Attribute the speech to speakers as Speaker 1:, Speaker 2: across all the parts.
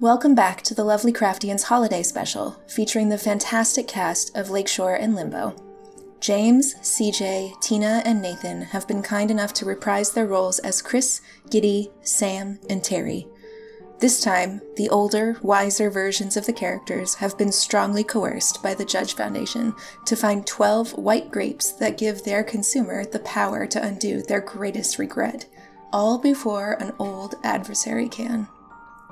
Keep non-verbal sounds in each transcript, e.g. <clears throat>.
Speaker 1: Welcome back to the Lovely Craftians Holiday Special, featuring the fantastic cast of Lakeshore and Limbo. James, CJ, Tina, and Nathan have been kind enough to reprise their roles as Chris, Giddy, Sam, and Terry. This time, the older, wiser versions of the characters have been strongly coerced by the Judge Foundation to find 12 white grapes that give their consumer the power to undo their greatest regret, all before an old adversary can.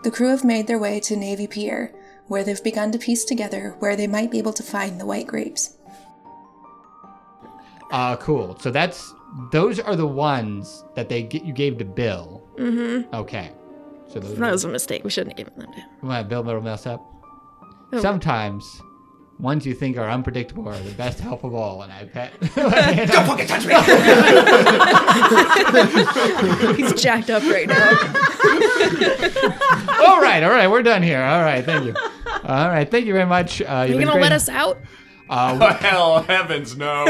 Speaker 1: The crew have made their way to Navy Pier, where they've begun to piece together where they might be able to find the white grapes.
Speaker 2: Uh, cool. So that's those are the ones that they get, you gave to Bill.
Speaker 3: Mm-hmm.
Speaker 2: Okay. So those.
Speaker 3: That
Speaker 2: are,
Speaker 3: was a mistake. We shouldn't have given them to him.
Speaker 2: What, Bill will mess up.
Speaker 3: Oh.
Speaker 2: Sometimes, ones you think are unpredictable are the best help of all. And
Speaker 3: <laughs>
Speaker 2: I bet. <laughs>
Speaker 4: Don't fucking touch me!
Speaker 3: He's
Speaker 5: <laughs>
Speaker 3: jacked up right now.
Speaker 2: all right, all right, we're done here. All right, thank you. All right, thank you very much. Uh,
Speaker 3: You're
Speaker 2: been
Speaker 3: gonna
Speaker 2: great.
Speaker 3: let us out?
Speaker 2: Uh,
Speaker 4: <laughs> oh, hell, heavens, no.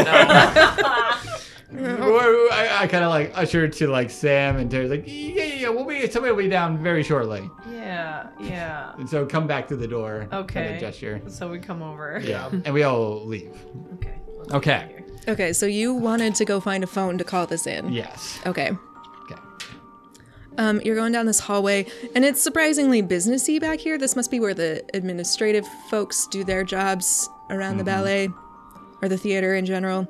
Speaker 2: Or I, I kind of like ushered to like Sam and Terry's like, yeah, yeah, yeah, we'll be somebody will be down very shortly,
Speaker 6: Yeah, yeah.
Speaker 2: and so come back to the door. kind of
Speaker 6: Okay.
Speaker 2: gesture.
Speaker 6: So we come over.
Speaker 2: Yeah, Oh. and we all leave.
Speaker 6: Okay.
Speaker 2: Okay.
Speaker 5: Okay, so you wanted to go find a phone to call this in.
Speaker 2: Yes.
Speaker 5: Okay.
Speaker 2: Okay.
Speaker 5: Um, you're going down this hallway, and it's surprisingly businessy back here. This must be where the administrative folks do their jobs around
Speaker 2: Mm-hmm.
Speaker 5: the ballet or the theater in general.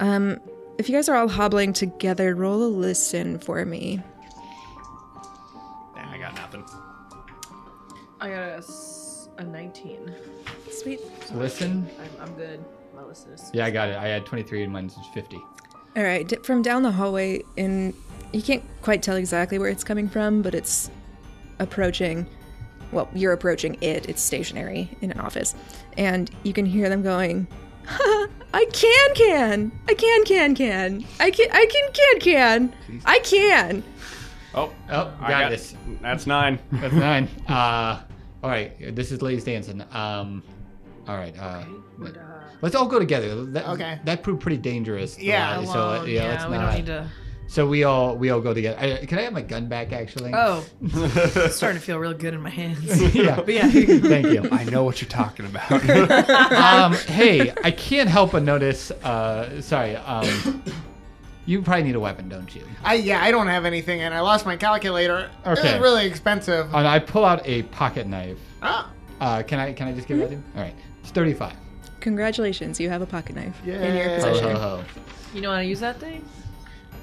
Speaker 5: Um, if you guys are all hobbling together, roll a listen for me.
Speaker 4: Nah, I got nothing.
Speaker 6: I got a, s- a 19.
Speaker 5: Sweet.
Speaker 2: Listen.
Speaker 6: I'm, I'm good. My list is.
Speaker 2: Yeah, I got it. I had 23 and mine's 50.
Speaker 5: All right, d- from down the hallway, and you can't quite tell exactly where it's coming from, but it's approaching. Well, you're approaching it. It's stationary in an office, and you can hear them going, <laughs> "Ha, "I can, can, I can, can, can, I can, I can, can, can, I can."
Speaker 4: Oh,
Speaker 2: Oh, got,
Speaker 4: I got
Speaker 2: this.
Speaker 4: <laughs> That's nine.
Speaker 2: That's nine. Uh, all right. This is Ladies Dancing. Um, all right. Uh, let- Let's all go together. That,
Speaker 7: Okay.
Speaker 2: That proved pretty dangerous. the
Speaker 7: Yeah,
Speaker 2: lobby,
Speaker 6: Alone.
Speaker 2: So uh, yeah, let's
Speaker 6: we
Speaker 2: not.
Speaker 6: don't
Speaker 2: <laughs>
Speaker 6: need to.
Speaker 2: So we all we all go together. I, can I have my gun back actually?
Speaker 6: Oh, it's starting to feel real good in my
Speaker 2: <laughs>
Speaker 6: hands.
Speaker 2: yeah.
Speaker 6: But yeah,
Speaker 2: Thank you.
Speaker 4: I know what you're talking about. <laughs>
Speaker 2: Um, hey, I can't help but notice. Uh, sorry. Um, you probably need a weapon, don't you?
Speaker 7: I yeah, I don't have anything, and I lost my calculator. It
Speaker 2: Okay.
Speaker 7: was really expensive.
Speaker 2: And I pull out a pocket knife.
Speaker 7: ah,
Speaker 2: Uh, can I can I just give it to you? All right. It's thirty-five.
Speaker 5: Congratulations, you have a pocket knife in your
Speaker 7: Yay.
Speaker 2: Ho
Speaker 5: possession.
Speaker 2: ho ho.
Speaker 6: you know how to use that thing?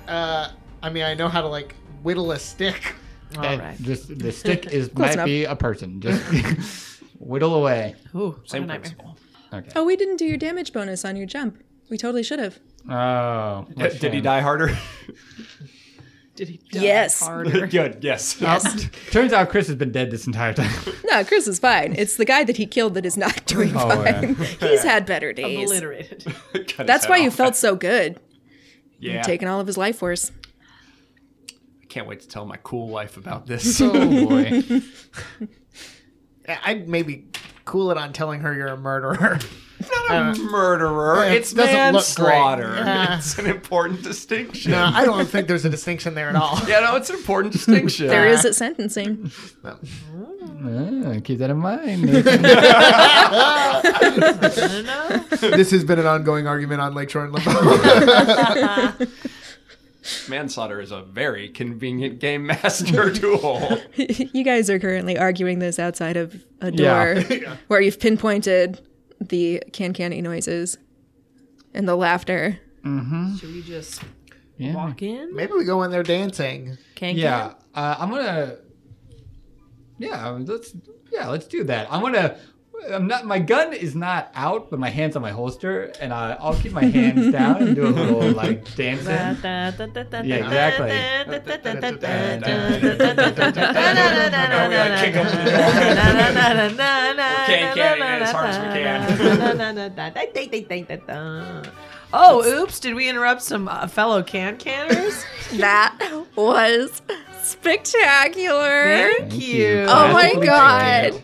Speaker 7: uh, I mean, I know how to like whittle a stick.
Speaker 6: All
Speaker 2: And
Speaker 6: right.
Speaker 2: This the stick is
Speaker 5: Close
Speaker 2: might
Speaker 5: enough.
Speaker 2: be a person. Just <laughs> whittle away.
Speaker 6: Ooh,
Speaker 4: Same
Speaker 6: what a
Speaker 4: principle.
Speaker 2: Okay.
Speaker 5: Oh, we didn't do your damage bonus on your jump. We totally should have.
Speaker 2: Oh. what a
Speaker 4: Did, did he
Speaker 2: shame.
Speaker 4: die harder?
Speaker 6: Did he die
Speaker 5: Yes.
Speaker 4: <laughs>
Speaker 6: harder?
Speaker 4: Good, yes. <laughs>
Speaker 2: Oh, turns out Chris has been dead this entire <laughs> time.
Speaker 5: No, Chris is fine. It's the guy that he killed that is not <laughs> doing
Speaker 2: Oh,
Speaker 5: fine. He's had better days.
Speaker 6: Obliterated.
Speaker 2: <laughs>
Speaker 6: <laughs>
Speaker 4: Cut his
Speaker 5: That's
Speaker 4: head
Speaker 5: why you
Speaker 4: off.
Speaker 5: felt so good.
Speaker 4: yeah.
Speaker 5: Taking all of his life force.
Speaker 4: I can't wait to tell my cool wife about this.
Speaker 2: oh <laughs> boy.
Speaker 7: I- I'd maybe cool it on telling her you're a <laughs> murderer.
Speaker 4: not a murderer.
Speaker 7: it
Speaker 4: It's
Speaker 7: doesn't look great.
Speaker 4: manslaughter. <laughs>
Speaker 7: Yeah.
Speaker 4: It's an important distinction.
Speaker 7: no, I don't think there's a distinction there at all.
Speaker 4: <laughs> Yeah, no, it's an important distinction.
Speaker 5: There is at sentencing. <laughs>
Speaker 2: Ah, keep that in mind.
Speaker 6: I don't know.
Speaker 7: <laughs> this has been an ongoing argument on Lakeshore and Limbo.
Speaker 4: Manslaughter is a very convenient game master <laughs> tool.
Speaker 5: you guys are currently arguing this outside of a door
Speaker 2: Yeah.
Speaker 5: where you've pinpointed the can canning noises and the laughter.
Speaker 6: Should we just
Speaker 2: yeah.
Speaker 6: walk in?
Speaker 7: <laughs> maybe we go in there dancing.
Speaker 2: <laughs>
Speaker 6: Can
Speaker 2: Yeah, uh, I'm gonna. Yeah, let's. Yeah, let's do that. I'm gonna. I'm not. My gun is not out, but my hands on my holster, and I, I'll keep my <laughs> hands down and do a little like dancing.
Speaker 6: Yeah,
Speaker 2: exactly.
Speaker 6: uh,
Speaker 4: kick 'em.
Speaker 6: Uh,
Speaker 4: Can, can, as hard as we
Speaker 6: <laughs> can. Oh, oops! Did we interrupt some uh, fellow
Speaker 2: <laughs>
Speaker 6: can canners?
Speaker 5: That was spectacular.
Speaker 6: Thank you.
Speaker 2: That's
Speaker 5: Oh my
Speaker 2: pretty
Speaker 5: God.
Speaker 2: great.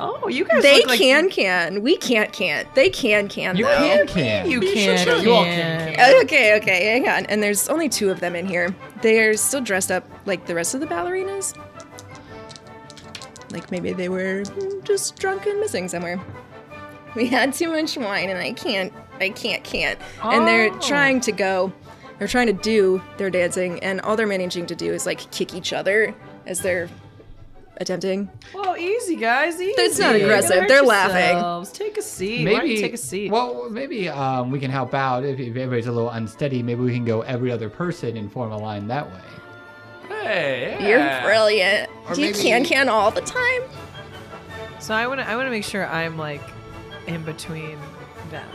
Speaker 6: Oh, you guys
Speaker 5: They
Speaker 6: look like
Speaker 5: can can. We can't can't. They can can
Speaker 2: You
Speaker 5: though.
Speaker 2: can can.
Speaker 6: You can.
Speaker 7: sure, you all can
Speaker 6: can.
Speaker 5: Oh, Okay, okay, hang on. And there's only two of them in here. They're still dressed up like the rest of the ballerinas. Like maybe they were just drunk and missing somewhere. We had too much wine and I can't, I can't, can't. And they're trying to go, they're trying to do their dancing, and all they're managing to do is like kick each other as they're attempting.
Speaker 6: Well, easy guys, easy.
Speaker 5: That's not
Speaker 6: You're gonna
Speaker 5: aggressive.
Speaker 6: hurt
Speaker 5: They're laughing.
Speaker 6: yourselves. Take a seat. Why don't you take a seat?
Speaker 2: Well, maybe um, we can help out if, if everybody's a little unsteady. Maybe we can go every other person and form a line that way.
Speaker 4: <laughs> Hey,
Speaker 5: You're
Speaker 4: yeah.
Speaker 5: brilliant.
Speaker 7: Or
Speaker 5: Do you
Speaker 7: maybe-
Speaker 5: can can all the time?
Speaker 6: so I want to I want to make sure I'm like in between them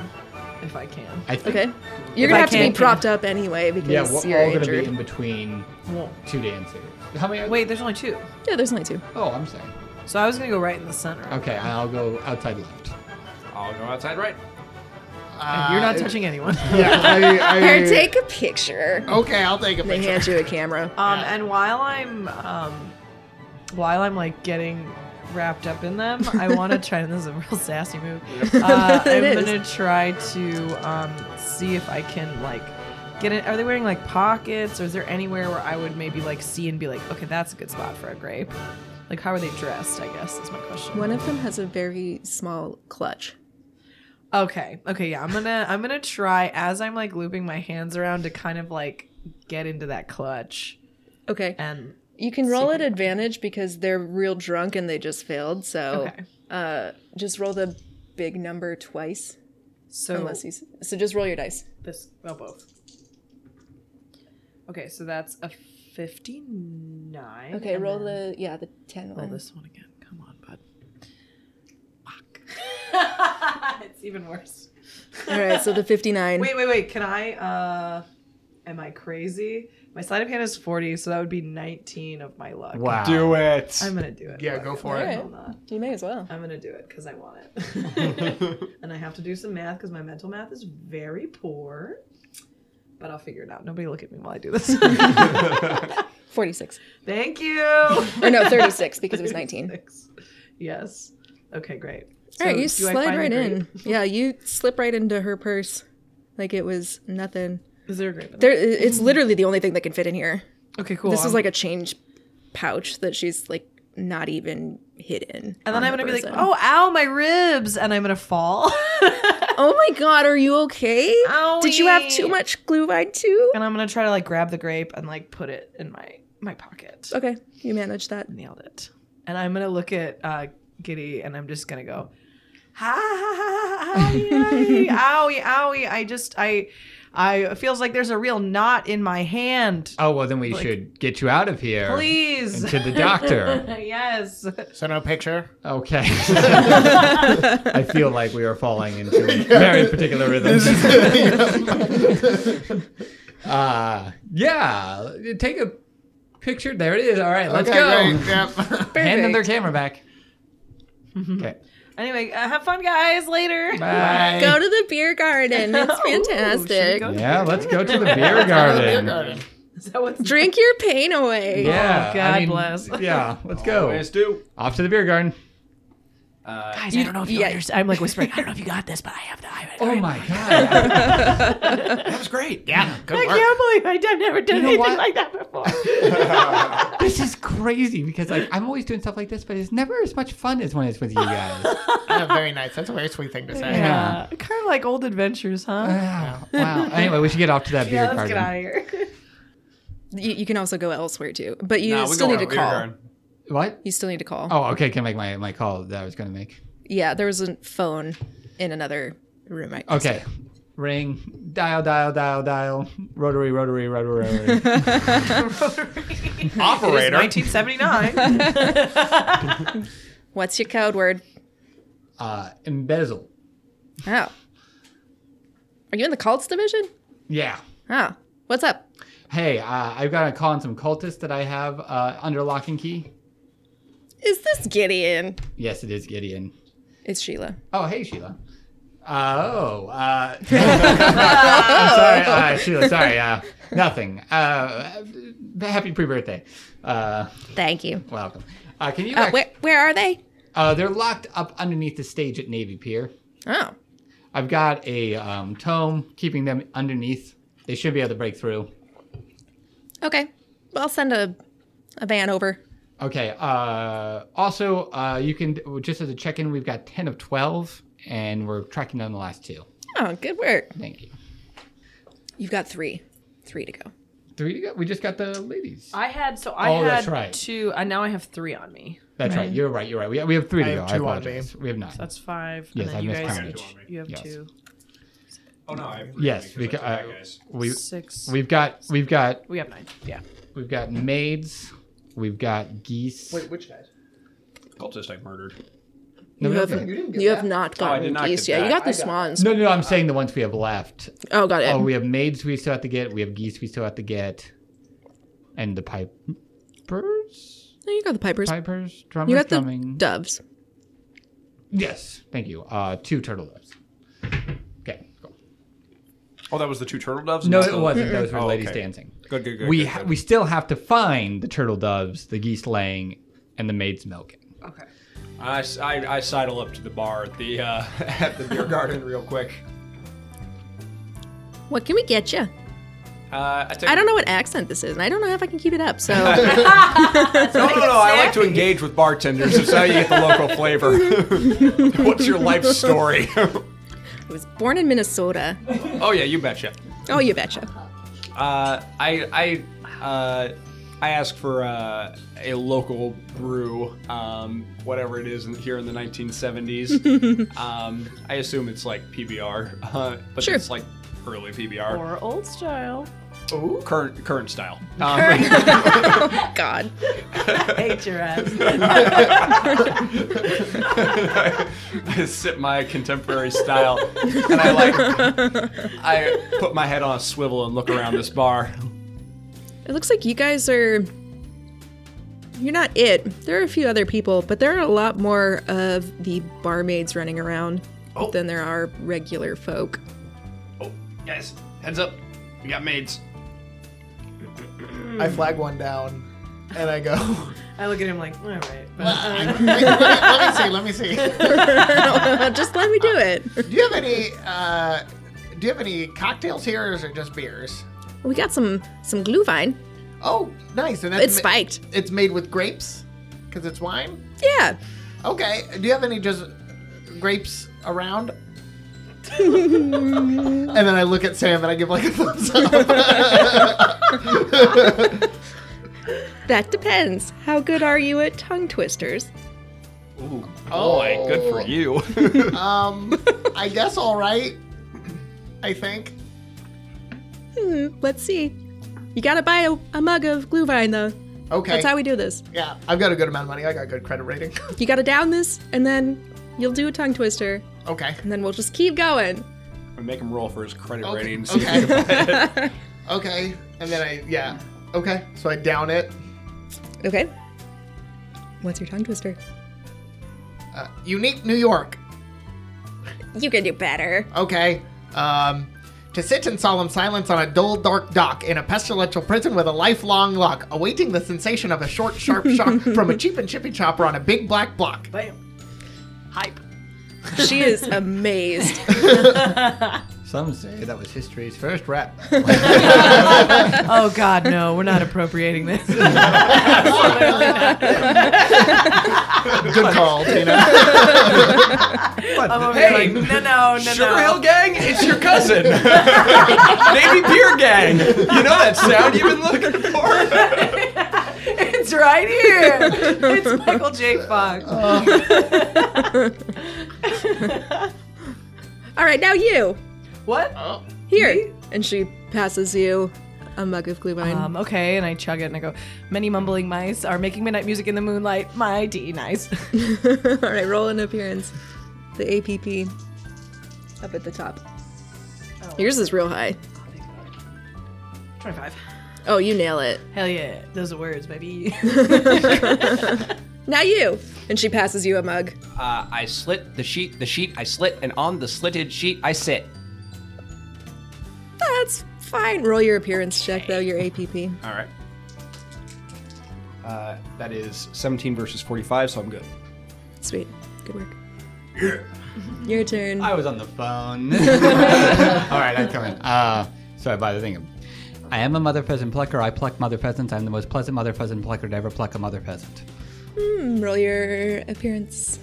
Speaker 6: if I can.
Speaker 2: I think.
Speaker 5: Okay. You're gonna
Speaker 6: I
Speaker 5: have to be
Speaker 6: can't-
Speaker 5: propped up anyway
Speaker 2: Yeah,
Speaker 5: because
Speaker 2: we're,
Speaker 5: you're
Speaker 2: we're all going to
Speaker 5: injured.
Speaker 2: be in between two dancers. How many? Are
Speaker 6: Wait, there's only two.
Speaker 5: Yeah, there's only two.
Speaker 2: Oh, I'm sorry.
Speaker 6: So I was going to go right in the center.
Speaker 2: Okay, I'll go outside left.
Speaker 4: I'll go outside right.
Speaker 6: You're not touching anyone.
Speaker 7: Uh, Yeah, I, I,
Speaker 5: Here, take a picture.
Speaker 7: Okay, I'll take a
Speaker 5: They
Speaker 7: picture.
Speaker 5: hand you a camera.
Speaker 6: Um, and while I'm um, while I'm like getting wrapped up in them, I want
Speaker 5: <laughs>
Speaker 6: to try. This is a real sassy move. Uh, I'm
Speaker 5: It is.
Speaker 6: gonna try to um, see if I can like get it. Are they wearing like pockets, or is there anywhere where I would maybe like see and be like, okay, that's a good spot for a grape? Like, how are they dressed? I guess is my question.
Speaker 5: One of them has a very small clutch.
Speaker 6: Okay. Okay. Yeah. I'm gonna. I'm gonna try as I'm like looping my hands around to kind of like get into that clutch
Speaker 5: Okay.
Speaker 6: and
Speaker 5: You can roll at advantage because they're real drunk and they just failed. So
Speaker 6: okay.
Speaker 5: uh, just roll the big number twice.
Speaker 6: So
Speaker 5: Unless you, s- so just roll your dice.
Speaker 6: This, well, both. Okay, so that's a 59.
Speaker 5: Okay,
Speaker 6: and
Speaker 5: roll
Speaker 6: then-
Speaker 5: the yeah the ten.
Speaker 6: Roll
Speaker 5: one.
Speaker 6: this one again. Come on, bud.
Speaker 5: <laughs>
Speaker 6: Fuck. it's even worse.
Speaker 5: All right, so the fifty nine.
Speaker 6: Wait, wait, wait. Can I, uh, am I crazy? My sleight of hand is 40, so that would be 19 of my luck.
Speaker 2: Wow.
Speaker 8: Do it.
Speaker 6: I'm gonna do it.
Speaker 7: Yeah,
Speaker 6: Fuck
Speaker 7: go for
Speaker 6: I'm
Speaker 5: it.
Speaker 6: I'm not.
Speaker 5: <laughs> You may as well.
Speaker 6: I'm gonna do it because I want
Speaker 7: <laughs>
Speaker 6: it. and I have to do some math because my mental math is very poor. But I'll figure it out. Nobody look at me while I do
Speaker 5: <laughs>
Speaker 6: this.
Speaker 5: Forty six.
Speaker 6: Thank you.
Speaker 5: Or no, thirty six because
Speaker 6: <laughs>
Speaker 5: it was <laughs> nineteen.
Speaker 6: Six. Yes. Okay, great.
Speaker 5: All right,
Speaker 6: So
Speaker 5: you
Speaker 6: do I
Speaker 5: slide
Speaker 6: find a
Speaker 5: right in.
Speaker 6: grape?
Speaker 5: Yeah, you slip right into her purse, like it was nothing.
Speaker 6: Is there a grape? in
Speaker 5: There, it's literally the only thing that can fit in here.
Speaker 6: there? Okay, cool.
Speaker 5: this is
Speaker 6: I'm-
Speaker 5: like a change pouch that she's like not even hidden.
Speaker 6: and then
Speaker 5: on
Speaker 6: I'm
Speaker 5: her
Speaker 6: gonna be like,
Speaker 5: person.
Speaker 6: oh, ow, my ribs, and I'm gonna fall. <laughs>
Speaker 5: oh my god, are you okay? Did you have too
Speaker 6: Owie.
Speaker 5: much gluvine too?
Speaker 6: and I'm gonna try to like grab the grape and like put it in my my pocket.
Speaker 5: Okay, you managed that.
Speaker 6: Nailed it. And I'm gonna look at uh, Giddy, and I'm just gonna go, ha ha ha
Speaker 5: <laughs>
Speaker 6: ha, owie, owie, owie. I just, I, I it feels like there's a real knot in my hand.
Speaker 2: Oh well, then we
Speaker 6: Like-
Speaker 2: should get you out of here.
Speaker 6: Please.
Speaker 2: And to the doctor.
Speaker 6: <laughs> yes.
Speaker 7: So no <laughs> picture.
Speaker 6: <laughs>
Speaker 2: Okay. I feel like we are falling
Speaker 6: <laughs>
Speaker 2: into a very particular rhythms. uh, yeah. Take a picture. There it is. All right, let's
Speaker 7: <laughs> Okay,
Speaker 2: go.
Speaker 7: great, yep. <laughs>
Speaker 2: Hand them their
Speaker 5: Perfect.
Speaker 2: camera back.
Speaker 6: <laughs>
Speaker 2: okay.
Speaker 6: Anyway, uh, have fun, guys. Later.
Speaker 2: Bye.
Speaker 5: Go to the beer <laughs> garden. It's fantastic.
Speaker 6: go?
Speaker 2: yeah, let's go to <laughs> the beer garden.
Speaker 6: Is that what's
Speaker 5: Drink your pain away.
Speaker 2: Yeah.
Speaker 6: Oh, God bless.
Speaker 2: Yeah, let's go.
Speaker 4: Let's do.
Speaker 2: Off to the beer garden.
Speaker 4: Uh,
Speaker 6: Guys, I don't know if you understand. <laughs> I'm like whispering. I don't know if you got this, but I have the I
Speaker 2: Oh my god.
Speaker 6: <laughs>
Speaker 4: that was great.
Speaker 7: Yeah, good work.
Speaker 6: can't believe I've never done
Speaker 2: know
Speaker 6: anything
Speaker 2: what?
Speaker 6: like that before.
Speaker 2: this is crazy because like I'm always doing stuff like this, but it's never as much fun as when it's with you
Speaker 6: <laughs>
Speaker 2: guys.
Speaker 7: Yeah, very nice. That's a very sweet thing to say.
Speaker 6: <laughs> yeah. Uh, Kind of like old adventures, huh?
Speaker 2: Wow. Ah, wow. Anyway, we should get off to that beer
Speaker 6: Yeah, let's
Speaker 2: garden.
Speaker 6: get out of here. <laughs>
Speaker 5: You, you can also go elsewhere too, but you
Speaker 4: Nah, we
Speaker 5: still
Speaker 4: go
Speaker 5: need
Speaker 4: out
Speaker 5: to
Speaker 4: beer
Speaker 5: call.
Speaker 4: garden.
Speaker 2: What?
Speaker 5: You still need to call.
Speaker 2: Oh, okay. Can I make my, my call that I was going to make?
Speaker 5: Yeah, there was a phone in another room. I guess.
Speaker 2: Okay. Ring, dial, dial, dial, dial. Rotary, rotary, rotary,
Speaker 5: <laughs>
Speaker 2: rotary.
Speaker 8: Operator.
Speaker 6: 1979. <laughs>
Speaker 5: What's your code word?
Speaker 2: uh, embezzle.
Speaker 5: Oh. Are you in the cults division?
Speaker 2: Yeah.
Speaker 5: Oh. What's up?
Speaker 2: Hey, uh, I've got to call on some cultists that I have uh, under lock and key.
Speaker 5: Is this Gideon?
Speaker 2: Yes, it is Gideon.
Speaker 5: It's Sheila.
Speaker 2: Oh, hey, Sheila. Oh,
Speaker 5: <laughs>
Speaker 2: uh, <laughs> I'm sorry, uh, Sheila. Sorry, uh, nothing. Uh, happy pre-birthday. Uh,
Speaker 5: Thank you.
Speaker 2: welcome. Uh, can you?
Speaker 5: Uh,
Speaker 2: act-
Speaker 5: where where are they?
Speaker 2: Uh, they're locked up underneath the stage at Navy Pier.
Speaker 5: Oh.
Speaker 2: I've got a um, tome keeping them underneath. They should be able to break through.
Speaker 5: Okay. Well, I'll send a a van over.
Speaker 2: Okay. Uh, also, uh, you can just as a check-in, we've got ten of twelve, and we're tracking down the last two.
Speaker 5: Oh, good work.
Speaker 2: Thank you.
Speaker 5: You've got three. Three to go.
Speaker 2: Three. to go. We just got the ladies.
Speaker 6: I had so I
Speaker 2: Oh,
Speaker 6: had
Speaker 2: that's right.
Speaker 6: two, and now I have three on me.
Speaker 2: That's right. You're right. You're right. We, we have three
Speaker 7: I
Speaker 2: to
Speaker 7: have
Speaker 2: go. I
Speaker 7: two on
Speaker 2: apologize. We have nine.
Speaker 6: That's five.
Speaker 2: Yes,
Speaker 6: and then
Speaker 2: I
Speaker 6: you guys
Speaker 2: miscounted.
Speaker 6: each you have
Speaker 2: Yes.
Speaker 6: two,
Speaker 4: Oh no, I
Speaker 2: yes. We, ca- uh, we
Speaker 6: six. We,
Speaker 2: we've got we've got
Speaker 6: have nine. Yeah.
Speaker 2: we've got maids. We've got geese.
Speaker 7: which guys?
Speaker 4: cultist I murdered.
Speaker 2: no,
Speaker 5: you
Speaker 2: we
Speaker 5: have,
Speaker 2: haven't-
Speaker 7: You didn't get
Speaker 5: you
Speaker 7: that.
Speaker 5: have not
Speaker 4: I
Speaker 5: gotten
Speaker 4: did not
Speaker 5: geese
Speaker 4: get
Speaker 5: yet. You
Speaker 4: that.
Speaker 5: got the swans.
Speaker 2: no, no, no, I'm saying the ones we have left.
Speaker 5: Oh, got it.
Speaker 2: Oh, we have maids we still have to get. We have geese we still have to get, and the pipers,
Speaker 5: no, you got the pipers.
Speaker 2: pipers, drummers,
Speaker 5: you got the
Speaker 2: drumming.
Speaker 5: doves.
Speaker 2: yes, thank you. Uh, two turtle doves. Okay, cool.
Speaker 4: Oh, that was the two turtle doves.
Speaker 2: No,
Speaker 4: Not
Speaker 2: it
Speaker 4: the-
Speaker 2: wasn't. Those were
Speaker 4: Oh,
Speaker 2: ladies
Speaker 4: okay.
Speaker 2: dancing.
Speaker 4: Good, good, good.
Speaker 2: we
Speaker 4: good,
Speaker 2: ha-
Speaker 4: good.
Speaker 2: we still have to find the turtle doves, the geese laying, and the maids milking.
Speaker 6: Okay.
Speaker 4: I, s- I- I sidle up to the bar at the uh, <laughs> at the beer garden real quick.
Speaker 5: What can we get you?
Speaker 4: Uh, I, take,
Speaker 5: I don't know what accent this is, and I don't know if I can keep it up. So
Speaker 4: No, no, no. I like to engage with bartenders. It's how you get the local flavor. <laughs> What's your life story? <laughs>
Speaker 5: I was born in Minnesota.
Speaker 4: oh yeah, you betcha.
Speaker 5: Oh, you betcha. <laughs>
Speaker 4: Uh, I I uh, I ask for uh, a local brew, um, whatever it is in, here in the 1970s. um, I assume it's like PBR, <laughs> uh, but
Speaker 5: Sure.
Speaker 4: it's like early PBR,
Speaker 6: Or old style.
Speaker 4: current current style. Um, <laughs>
Speaker 5: God.
Speaker 6: Hate your ass. <laughs>
Speaker 4: I sip my contemporary style, and I like I put my head on a swivel and look around this bar.
Speaker 5: It looks like you guys are. You're not it. There are a few other people, but there are a lot more of the barmaids running around
Speaker 7: Oh.
Speaker 5: than there are regular folk. <laughs>
Speaker 4: Oh, guys, heads up, we got maids.
Speaker 5: Hmm.
Speaker 7: I flag one down, and I go.
Speaker 5: Uh-uh.
Speaker 7: <laughs>
Speaker 6: I look at him like, all right. But,
Speaker 7: let, me, let me see. Let me
Speaker 5: <laughs>
Speaker 7: see.
Speaker 5: Just let me do it.
Speaker 7: Do you have any? Uh, do you have any cocktails here, or is it just beers?
Speaker 5: We got some some glühwein.
Speaker 7: Oh, nice. And that's
Speaker 5: It's
Speaker 7: ma-
Speaker 5: spiked.
Speaker 7: It's made with grapes, because it's wine.
Speaker 5: Yeah.
Speaker 7: Okay. Do you have any just grapes
Speaker 5: <laughs>
Speaker 7: around? and then I look at Sam and I give like a thumbs
Speaker 5: <laughs>
Speaker 7: up.
Speaker 5: That depends. How good are you at tongue twisters?
Speaker 4: Ooh, boy, good for you.
Speaker 7: <laughs> um, I guess all right. I think.
Speaker 5: Hmm, let's see. You gotta buy a, a mug of glühwein though.
Speaker 7: Okay.
Speaker 5: That's how we do this.
Speaker 7: yeah, I've got a good amount of money. I got a good credit rating. <laughs>
Speaker 5: You gotta down this, and then you'll do a tongue twister,
Speaker 7: okay.
Speaker 5: and then we'll just keep going.
Speaker 4: We make him roll for his credit
Speaker 7: Okay,
Speaker 4: rating. and see if he
Speaker 7: <laughs> Okay.
Speaker 4: can buy it. <laughs>
Speaker 7: okay. And then I yeah. Okay. So I down it.
Speaker 5: Okay. What's your tongue twister?
Speaker 7: Uh, unique New York.
Speaker 5: You can do better.
Speaker 7: Okay. Um, to sit in solemn silence on a dull, dark dock in a pestilential prison with a lifelong lock, awaiting the sensation of a short, sharp shock from a cheap and chippy chopper on a big black block.
Speaker 6: bam. Hype.
Speaker 5: She is <laughs> amazed.
Speaker 2: Some say that was history's first <laughs> rap.
Speaker 6: <laughs> Oh God, no! We're not appropriating <laughs> this.
Speaker 7: <laughs> Good call, Tina.
Speaker 6: I'm over here like, no, no, no,
Speaker 4: Sugar
Speaker 6: no.
Speaker 4: Hill Gang, it's your cousin. <laughs> Navy Beer Gang. You know that sound you've been
Speaker 2: <laughs>
Speaker 4: looking for?
Speaker 6: It's right here. It's Michael J. Fox.
Speaker 5: All right, now you.
Speaker 6: what?
Speaker 5: Here. And she passes you a mug of glühwein.
Speaker 6: Um, okay, and I chug it and I go, many mumbling mice are making midnight music in the moonlight. My D <laughs> nice.
Speaker 5: <laughs> All right, roll an appearance. The APP up at the top. Yours is real high.
Speaker 6: 25.
Speaker 5: Oh, you nail it.
Speaker 6: Hell yeah. Those are words, <laughs> baby.
Speaker 5: Now you. And she passes you a mug.
Speaker 4: Uh, I slit the sheet, the sheet I slit, and on the slitted sheet I sit.
Speaker 5: That's fine. Roll your appearance check though, your APP.
Speaker 4: All right. Uh, that is 17 versus 45, so I'm good.
Speaker 5: Sweet. Good work. Your
Speaker 2: <laughs>
Speaker 5: turn.
Speaker 2: I was on the phone. All right, I'm coming. Uh, sorry, by the thing. I am a mother pheasant plucker. I pluck mother pheasants. I'm the most pleasant mother pheasant plucker to ever pluck a mother pheasant.
Speaker 5: Roll your appearance.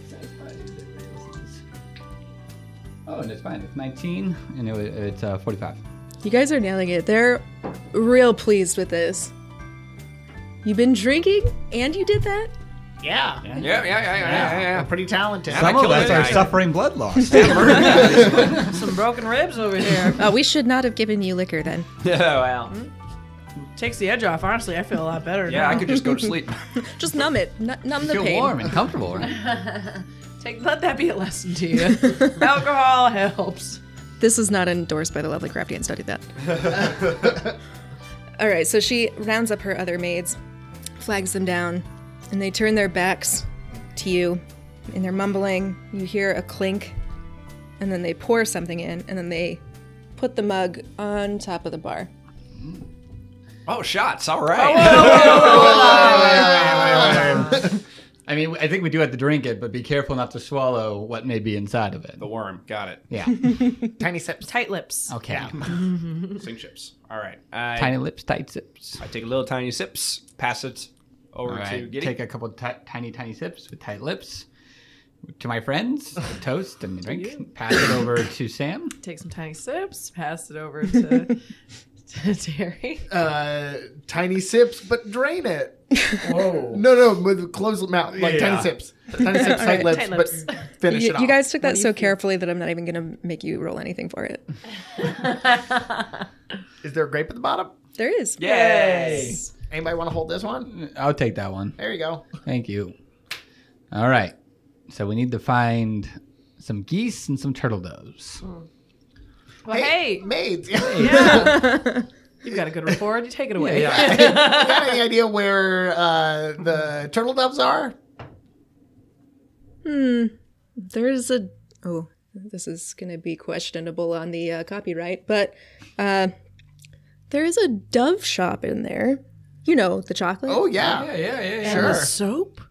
Speaker 2: Oh, and it's fine. It's 19, and it, wa- it's uh, 45.
Speaker 5: You guys are nailing it. They're real pleased with this. You've been drinking and you did that?
Speaker 7: Yeah.
Speaker 4: Yeah, yeah, yeah, yeah, yeah.
Speaker 7: We're
Speaker 4: yeah.
Speaker 7: pretty talented.
Speaker 4: Some of us are
Speaker 2: suffering blood <laughs> loss.
Speaker 6: Some broken ribs over here.
Speaker 5: Uh, we should not have given you liquor then.
Speaker 7: <laughs>
Speaker 4: Yeah, well.
Speaker 6: Takes the edge off. Honestly, I feel a lot better.
Speaker 4: Yeah, I
Speaker 6: now.
Speaker 4: could just go to
Speaker 7: <laughs>
Speaker 4: sleep.
Speaker 5: Just numb it. N- numb the
Speaker 2: Feel
Speaker 5: pain.
Speaker 2: warm and comfortable, right?
Speaker 6: Take, let that be a lesson
Speaker 4: <laughs>
Speaker 6: to you. Alcohol helps.
Speaker 5: This is not endorsed by the lovely Craftian study that.
Speaker 2: <laughs>
Speaker 5: All right, so she rounds up her other maids, flags them down, and they turn their backs to you, and they're mumbling. You hear a clink, and then they pour something in, and then they put the mug on top of the bar.
Speaker 4: Oh, shots. All right.
Speaker 7: uh,
Speaker 2: I mean, I think we do have to drink it, but be careful not to swallow what may be inside of it.
Speaker 4: The worm. Got it.
Speaker 7: <laughs>
Speaker 2: Yeah.
Speaker 7: Tiny sips.
Speaker 6: Tight lips.
Speaker 2: Okay.
Speaker 4: Sing chips. All right. I,
Speaker 2: Tiny lips, tight sips.
Speaker 4: I take a little tiny sips, pass it over
Speaker 2: All
Speaker 4: to
Speaker 2: right.
Speaker 4: Giddy.
Speaker 2: Take a couple ti tiny, tiny sips with tight lips. To my friends, a toast and a drink. Pass it over to Sam.
Speaker 6: Take some tiny sips. Pass it over
Speaker 2: <laughs>
Speaker 6: to, to Terry.
Speaker 7: Uh, tiny sips, but drain it.
Speaker 4: Whoa.
Speaker 7: No, no, with closed mouth, like
Speaker 4: Yeah.
Speaker 7: tiny sips, tiny
Speaker 6: <laughs>
Speaker 7: sips, tight lips,
Speaker 6: tight lips.
Speaker 7: but finish
Speaker 5: You,
Speaker 7: it off.
Speaker 5: you guys took that so carefully that I'm not even going to make you roll anything for it.
Speaker 7: Is there a grape at the bottom?
Speaker 5: There is.
Speaker 4: Yay.
Speaker 7: Anybody want to hold this one?
Speaker 2: I'll take that one.
Speaker 7: There you go.
Speaker 2: Thank you. All right. So we need to find some geese and some turtle doves.
Speaker 6: Well, hey,
Speaker 7: maids. <laughs>
Speaker 6: you've got a good report. You take it away.
Speaker 7: You got any idea where uh, the turtle doves are?
Speaker 5: There's a oh, this is gonna be questionable on the uh, copyright, but uh, there is a Dove shop in there. You know the chocolate
Speaker 7: Oh yeah,
Speaker 2: yeah, yeah, yeah.
Speaker 7: sure.
Speaker 6: Soap.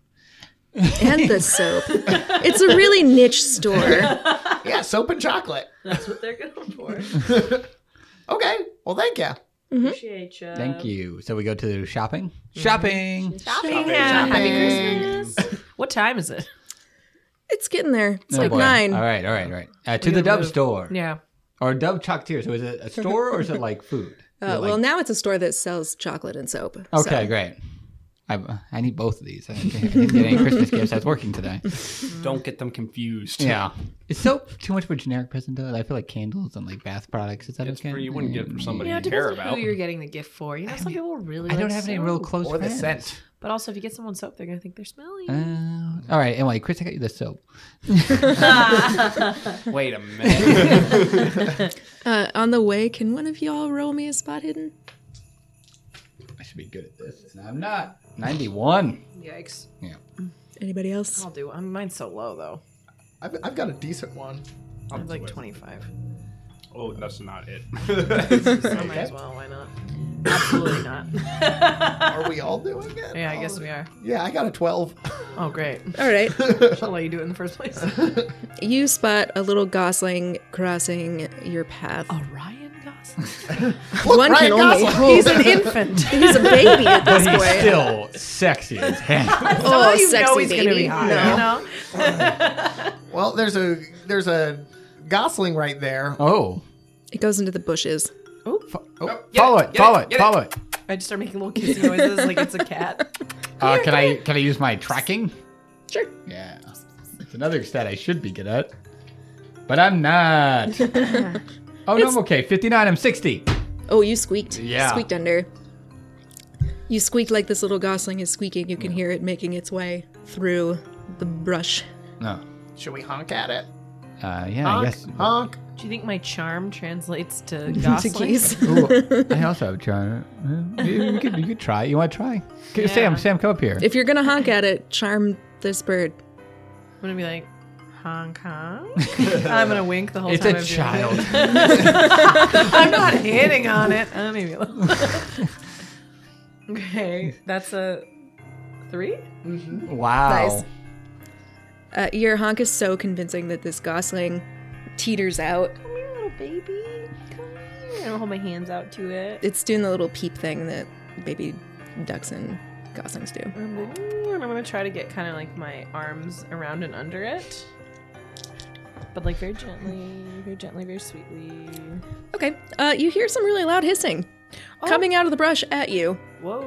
Speaker 2: <laughs>
Speaker 5: and the soap. it's a really niche store.
Speaker 7: Yeah, soap and chocolate.
Speaker 6: That's what they're going for.
Speaker 7: Okay, well thank you.
Speaker 6: Appreciate you.
Speaker 2: Thank you. So we go to shopping. Shopping.
Speaker 6: Happy
Speaker 7: Shopping.
Speaker 6: Christmas. What time is it?
Speaker 5: It's getting there. It's
Speaker 2: Oh,
Speaker 5: like
Speaker 2: boy.
Speaker 5: nine.
Speaker 2: All right, all right, all right. Uh, to the Dove
Speaker 6: move.
Speaker 2: store
Speaker 6: Yeah.
Speaker 2: or Dove Chocolatier. So is it a store or is it like food? Is
Speaker 5: Uh,
Speaker 2: it
Speaker 5: well,
Speaker 2: like- Oh.
Speaker 5: now it's a store that sells chocolate and soap.
Speaker 2: okay, great. I, I need both of these. I didn't, I didn't get any Christmas gifts. I was working <laughs> today.
Speaker 4: Don't get them confused.
Speaker 2: Yeah. Is soap too much of a generic present though? I feel like candles and like bath products. Is that
Speaker 4: It's
Speaker 2: okay?
Speaker 4: for, you wouldn't get it from somebody
Speaker 6: You know, it
Speaker 4: you care
Speaker 6: depends on
Speaker 4: about.
Speaker 6: who you're getting the gift for. You know, some people really.
Speaker 2: I don't
Speaker 6: like
Speaker 2: have any
Speaker 6: soap.
Speaker 2: real close
Speaker 7: Or the
Speaker 2: friends.
Speaker 7: scent.
Speaker 6: But also, if you get someone soap, they're gonna think they're smelly.
Speaker 2: Uh, all right, anyway, Chris, I got you the soap. <laughs>
Speaker 4: Wait a minute.
Speaker 5: Uh, on the way, can one of y'all roll me a spot hidden?
Speaker 2: I should be good at this, and I'm not. 91.
Speaker 6: Yikes!
Speaker 2: Yeah.
Speaker 5: Anybody else?
Speaker 2: Oh.
Speaker 6: I'll do. I'm mine's so low though.
Speaker 7: I've, I've got a decent one.
Speaker 6: I'm like 25.
Speaker 4: oh, that's not it. <laughs>
Speaker 6: So I might as well. Why not? Absolutely not.
Speaker 7: Are we all doing
Speaker 6: <laughs>
Speaker 7: it?
Speaker 6: Yeah, I guess we are.
Speaker 7: Yeah, I got a twelve. <laughs>
Speaker 6: Oh, great. <laughs>
Speaker 5: All right.
Speaker 6: I'll let you do it in the first place.
Speaker 5: you spot a little gosling crossing your path.
Speaker 6: Ryan Gosling.
Speaker 5: One
Speaker 7: Ryan <laughs> Gosling.
Speaker 5: He's an
Speaker 6: <laughs>
Speaker 5: infant. <laughs> He's a baby at
Speaker 2: <laughs>
Speaker 5: this
Speaker 2: He's
Speaker 5: point.
Speaker 2: still sexy as hell. <laughs>
Speaker 5: oh,
Speaker 6: you
Speaker 5: sexy
Speaker 6: know he's
Speaker 5: baby.
Speaker 6: gonna be hot. You know?
Speaker 7: Well, there's a there's a gosling right there. Oh,
Speaker 2: Oh.
Speaker 5: It goes into the bushes.
Speaker 2: follow it, follow it,
Speaker 4: get it.
Speaker 2: follow it.
Speaker 6: I just start making little kissing noises like it's a cat.
Speaker 2: <laughs> Uh, can I can I use my tracking?
Speaker 5: Sure.
Speaker 2: Yeah. It's another stat I should be good at. But I'm not. oh no, I'm okay. 59, I'm 60.
Speaker 5: Oh, you squeaked.
Speaker 2: Yeah.
Speaker 5: Squeaked under. You squeaked like this little gosling is squeaking. You can hear it making its way through the brush.
Speaker 2: No.
Speaker 7: Should we honk at it?
Speaker 2: Uh, yeah, I
Speaker 7: Honk,
Speaker 2: guess.
Speaker 7: honk.
Speaker 6: Do you think my charm translates
Speaker 2: <laughs>
Speaker 6: to
Speaker 5: To
Speaker 6: Gosling?
Speaker 5: geese.
Speaker 2: Ooh, I also have a charm. Uh, You you could, you could try. You want to try? Okay, Sam, Sam, come up here.
Speaker 5: if you're gonna honk at it, charm this bird.
Speaker 6: I'm gonna be like
Speaker 2: <laughs>
Speaker 6: Hong Kong. I'm gonna wink the whole
Speaker 2: It's
Speaker 6: time.
Speaker 2: a
Speaker 6: I'm doing it.
Speaker 2: child.
Speaker 6: <laughs> I'm not hitting on it. Uh, maybe a little.
Speaker 2: <laughs>
Speaker 6: okay, that's a three.
Speaker 2: Wow.
Speaker 5: Nice. Uh, your honk is so convincing that this gosling teeters out.
Speaker 6: Come here, little baby. Come And I'll hold my hands out to it.
Speaker 5: It's doing the little peep thing that baby ducks and goslings do.
Speaker 6: And I'm like, "Mm," and I'm gonna try to get kind of like my arms around and under it, but like very gently, very gently, very sweetly.
Speaker 5: Okay, uh, you hear some really loud hissing coming out of the brush at you.
Speaker 6: Whoa.